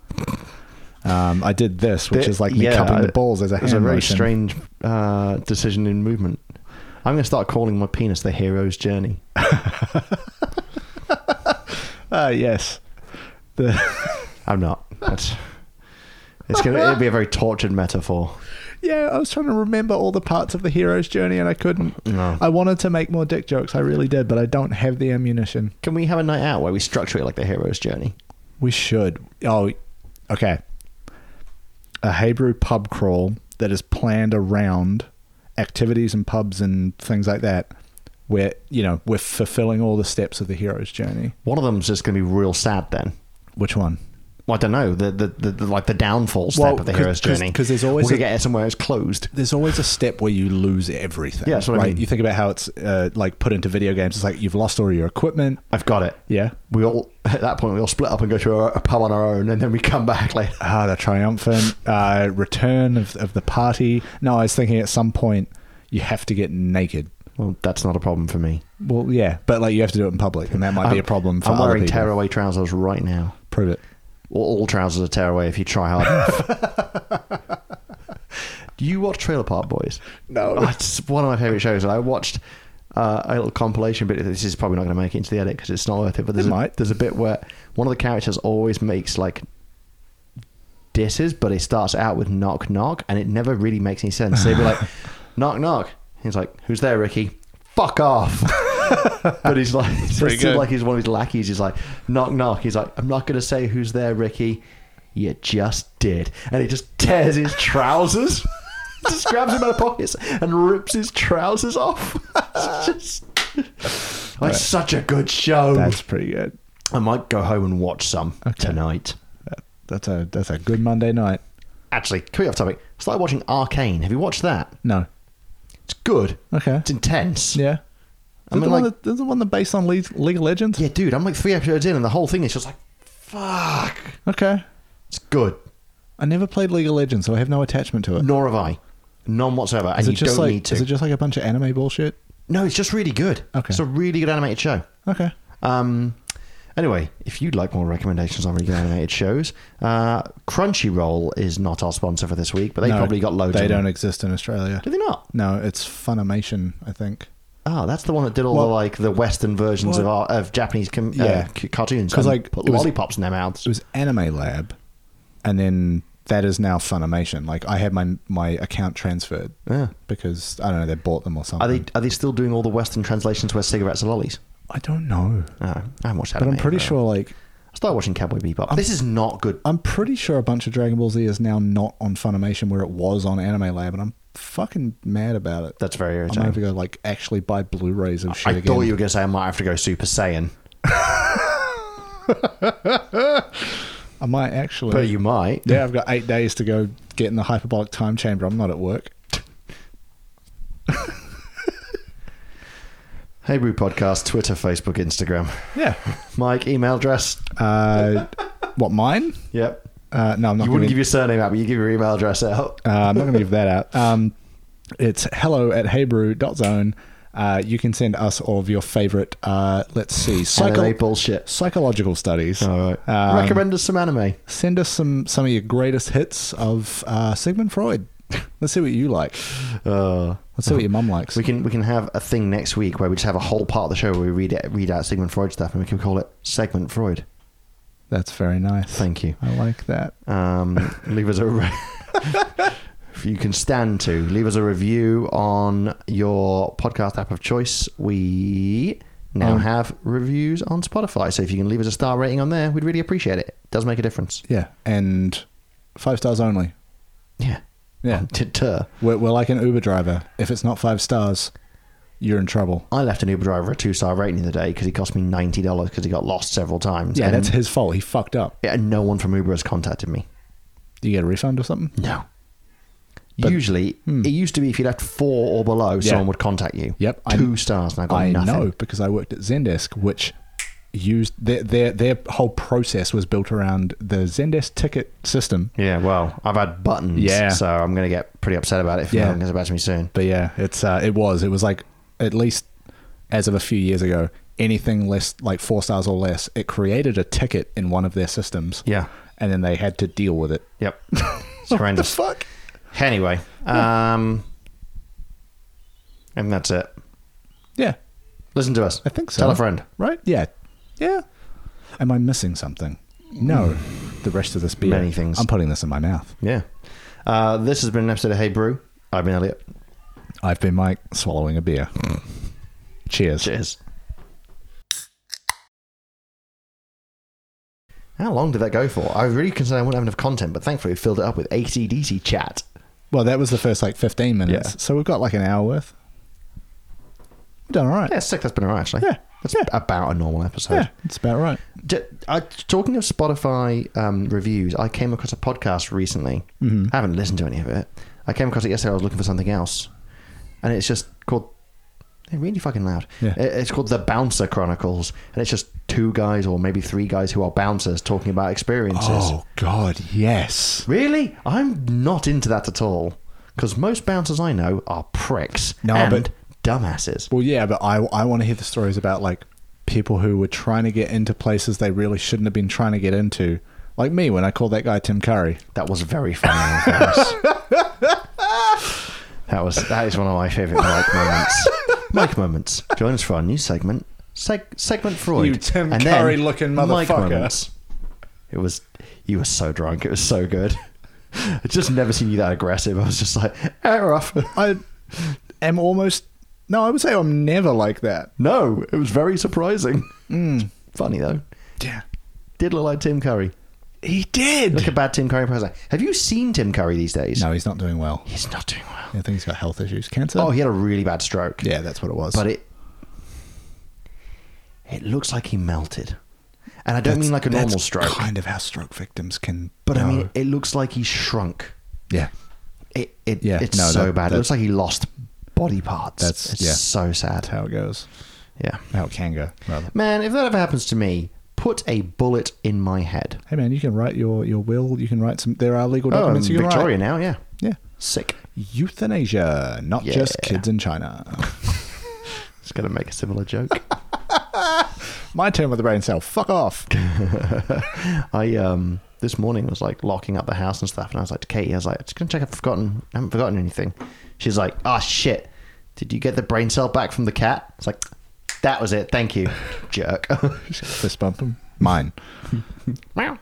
S2: Um, I did this, which
S1: Bit-
S2: is like me
S1: yeah,
S2: cupping
S1: I-
S2: the balls as a
S1: it
S2: hand
S1: was a very
S2: motion.
S1: strange uh, decision in movement. I'm going to start calling my penis the hero's journey.
S2: Ah, yes. The
S1: I'm not. That's, it's gonna it'll be a very tortured metaphor.
S2: yeah, I was trying to remember all the parts of the hero's journey and I couldn't.
S1: No.
S2: I wanted to make more dick jokes, I really did, but I don't have the ammunition.
S1: Can we have a night out where we structure it like the hero's journey?
S2: We should. Oh, okay. A Hebrew pub crawl that is planned around activities and pubs and things like that, where you know we're fulfilling all the steps of the hero's journey.
S1: One of them's just going to be real sad then.
S2: Which one?
S1: Well, I don't know the the, the, the like the downfall step
S2: Well,
S1: of the
S2: 'cause-
S1: hero's
S2: 'cause-
S1: journey
S2: 'cause there's always
S1: we're
S2: a-
S1: gonna get somewhere it's closed.
S2: There's always a step where you lose everything.
S1: Yeah, that's what I
S2: right.
S1: mean.
S2: You think about how it's uh, like put into video games. It's like you've lost all your equipment.
S1: I've got it.
S2: Yeah.
S1: We all at that point we all split up and go to a, a pub on our own, and then we come back later.
S2: Ah, the triumphant uh, return of, of the party. No, I was thinking at some point you have to get naked.
S1: Well, that's not a problem for me.
S2: Well, yeah, but like you have to do it in public, and that might be a problem for
S1: I'm
S2: other
S1: wearing
S2: people.
S1: tearaway trousers right now.
S2: Prove it.
S1: All, all trousers are tearaway if you try hard enough. Do you watch Trailer Park Boys?
S2: No.
S1: Oh, it's one of my favorite shows. I watched uh, a little compilation bit. This is probably not going to make it into the edit because it's not worth it. But there's
S2: It
S1: a,
S2: might.
S1: there's a bit where one of the characters always makes like disses, but it starts out with knock knock, and it never really makes any sense. They'd be like, knock knock. He's like, who's there, Ricky? Fuck off. but he's like, it
S3: Pretty
S1: seems
S3: good.
S1: like he's one of his lackeys. He's like, knock knock. He's like, I'm not going to say who's there, Ricky. You just did, and he just tears his trousers. just grabs him out of pockets and rips his trousers off. It's just. It's such a good show.
S2: That's pretty good.
S1: I might go home and watch some tonight.
S2: That's a that's a good Monday night.
S1: Actually, can we off topic? I started watching Arcane. Have you watched that?
S2: No.
S1: It's good.
S2: Okay.
S1: It's intense.
S2: Yeah.
S1: I
S2: Is it
S1: mean,
S2: the, one
S1: like-
S2: that, is it the one that based on League, League of Legends?
S1: Yeah, dude, I'm like three episodes in and the whole thing is just like, fuck.
S2: Okay.
S1: It's good.
S2: I never played League of Legends, so I have no attachment to it.
S1: Nor have I. None whatsoever. And
S2: is it
S1: you
S2: just
S1: don't
S2: like
S1: need to.
S2: is it just like a bunch of anime bullshit?
S1: no, it's just really good.
S2: Okay.
S1: It's a really good animated show.
S2: Okay.
S1: Um, anyway, if you'd like more recommendations on regular animated shows, uh, Crunchyroll is not our sponsor for this week, but they
S2: No,
S1: probably got loads.
S2: They
S1: of
S2: don't
S1: Them.
S2: exist in Australia.
S1: Do they not?
S2: No, it's Funimation, I think.
S1: Oh, that's the one that did all the
S2: Well-
S1: like the Western versions of our, of Japanese com- uh,
S2: Yeah.
S1: c- cartoons.
S2: 'Cause,
S1: and
S2: like,
S1: put
S2: it was-
S1: lollipops in their mouths.
S2: It was Anime Lab, and then that is now Funimation. Like I had my my account transferred
S1: Yeah.
S2: because I don't know they bought them or something.
S1: Are they are they still doing all the Western translations where cigarettes are lollies?
S2: I don't know,
S1: No, I haven't watched that.
S2: but I'm pretty sure like
S1: I started watching Cowboy Bebop. this is not good.
S2: I'm pretty sure a bunch of Dragon Ball Z is now not on Funimation where it was on Anime Lab, and I'm fucking mad about it.
S1: That's very
S2: I'm gonna have to
S1: irritating.
S2: go like actually buy Blu-rays of shit
S1: I
S2: again.
S1: thought you were going to say I might have to go Super Saiyan,
S2: I might actually.
S1: but you might.
S2: yeah, I've got eight days to go get in the hyperbolic time chamber. I'm not at work.
S1: Hey Brew Podcast, Twitter, Facebook, Instagram.
S2: Yeah.
S1: Mike, email address.
S2: Uh, what mine?
S1: Yep.
S2: Uh, no, I'm not.
S1: You wouldn't
S2: giving-
S1: give your surname out, but you give your email address out.
S2: Uh, I'm not going to give that out. Um, it's hello at heybrew.zone. Uh, you can send us all of your favorite, uh, let's see,
S1: Anime
S2: psycho-
S1: bullshit.
S2: psychological studies.
S1: All right.
S2: Um,
S1: Recommend us some anime.
S2: Send us some, some of your greatest hits of uh, Sigmund Freud. Let's see what you like.
S1: Uh,
S2: Let's see what your mum likes.
S1: we can we can have a thing next week where we just have a whole part of the show where we read it, read out Sigmund Freud stuff, and we can call it Segment Freud.
S2: That's very nice.
S1: Thank you.
S2: I like that.
S1: Um, leave us a. Re- if you can stand to leave us a review on your podcast app of choice. We now
S2: Um,
S1: have reviews on Spotify, so if you can leave us a star rating on there, we'd really appreciate it. It does make a difference.
S2: Yeah. And five stars only.
S1: Yeah.
S2: Yeah.
S1: Deter.
S2: We're, we're like an Uber driver. If it's not five stars, you're in trouble.
S1: I left an Uber driver a two star rating the other day because he cost me ninety dollars because he got lost several times.
S2: Yeah,
S1: and,
S2: that's his fault. He fucked up.
S1: yeah, and no one from Uber has contacted me.
S2: Do you get a refund or something?
S1: No.
S2: But-
S1: Usually,
S2: Hmm.
S1: it used to be if you left four or below, someone would contact you.
S2: Yep, I-
S1: two stars, and I got
S2: I
S1: nothing.
S2: know because I worked at Zendesk, which used their their their whole process was built around the Zendesk ticket system.
S1: Yeah, well, I've had buttons,
S2: Yeah.
S1: so I'm going to get pretty upset about it if
S2: Yeah.
S1: no one gets back to me soon.
S2: But yeah, it's uh, it was it was like at least as of a few years ago, anything less like four stars or less, it created a ticket in one of their systems.
S1: Yeah.
S2: and then they had to deal with it.
S1: Yep, it's horrendous.
S2: fuck?
S1: Anyway, um, and that's it.
S2: Yeah,
S1: Listen to us.
S2: I think so.
S1: Tell a friend.
S2: right? Yeah, yeah. Am I missing something? No, the rest of this beer.
S1: Mm. Many things.
S2: I'm putting this in my mouth.
S1: Yeah. Uh, this has been an episode of Hey Brew. I've been Elliot.
S2: I've been Mike swallowing a beer. Cheers.
S1: Cheers. How long did that go for? I was really concerned I wouldn't have enough content, but thankfully we filled it up with ACDC chat.
S2: Well, that was the first like 15 minutes.
S1: Yeah.
S2: So we've got like an hour worth. We've done all right.
S1: Yeah, sick. That's been alright, actually.
S2: Yeah,
S1: That's
S2: yeah.
S1: about a normal episode.
S2: Yeah, it's about right.
S1: D- I, talking of Spotify um, reviews, I came across a podcast recently.
S2: Mm-hmm.
S1: I haven't listened to any of it. I came across it yesterday. I was looking for something else, and it's just called. They're really fucking loud.
S2: Yeah.
S1: It- It's called the Bouncer Chronicles, and it's just two guys or maybe three guys who are bouncers talking about experiences.
S2: Oh, God, yes.
S1: Really? I'm not into that at all. Because most bouncers I know are pricks
S2: No,
S1: and
S2: but-
S1: dumbasses.
S2: Well, yeah, but I, I want to hear the stories about like people who were trying to get into places they really shouldn't have been trying to get into. Like me when I called that guy Tim Curry.
S1: That was very funny. that was that is one of my favorite Mike moments. Mike moments. Join us for our new segment, seg- segment Freud.
S2: You Tim
S1: And then
S2: Curry-looking
S1: Mike
S2: motherfucker.
S1: moments. It was you were so drunk. It was so good. I just never seen you that aggressive. I was just like, air off.
S2: I am almost. No, I would say I'm never like that.
S1: No, it was very surprising.
S2: Hmm.
S1: Funny though.
S2: Yeah.
S1: Did look like Tim Curry.
S2: He did.
S1: Look at bad Tim Curry. present. Have you seen Tim Curry these days?
S2: No, he's not doing well.
S1: He's not doing well.
S2: I think he's got health issues. Cancer?
S1: Oh, he had a really bad stroke.
S2: yeah, that's what it was.
S1: but it it looks like he melted and i don't mean like a normal stroke
S2: kind of how stroke victims can.
S1: but i mean it looks like he shrunk
S2: yeah.
S1: it, it
S2: Yeah,
S1: it's
S2: no,
S1: so
S2: that-
S1: bad it
S2: that-
S1: looks like he lost body parts
S2: That's-
S1: it's
S2: yeah.
S1: so sad
S2: That's how it goes.
S1: yeah
S2: How it can go, rather.
S1: man if that ever happens to me put a bullet in my head
S2: Hey, man, you can write your, your will. You can write some. There are legal
S1: oh i'm
S2: documents you can
S1: victoria
S2: write.
S1: now yeah
S2: Yeah.
S1: sick
S2: Euthanasia, not
S1: Yeah.
S2: just kids in China.
S1: it's gonna make a similar joke
S2: My turn with the brain cell. Fuck off.
S1: I um this morning was like locking up the house and stuff, and I was like to Katie, I was like, just gonna check. I've forgotten, I haven't forgotten anything. She's like, oh shit, did you get the brain cell back from the cat? It's like, that was it. Thank you, jerk.
S2: Fist bump him. Mine.
S1: Meow.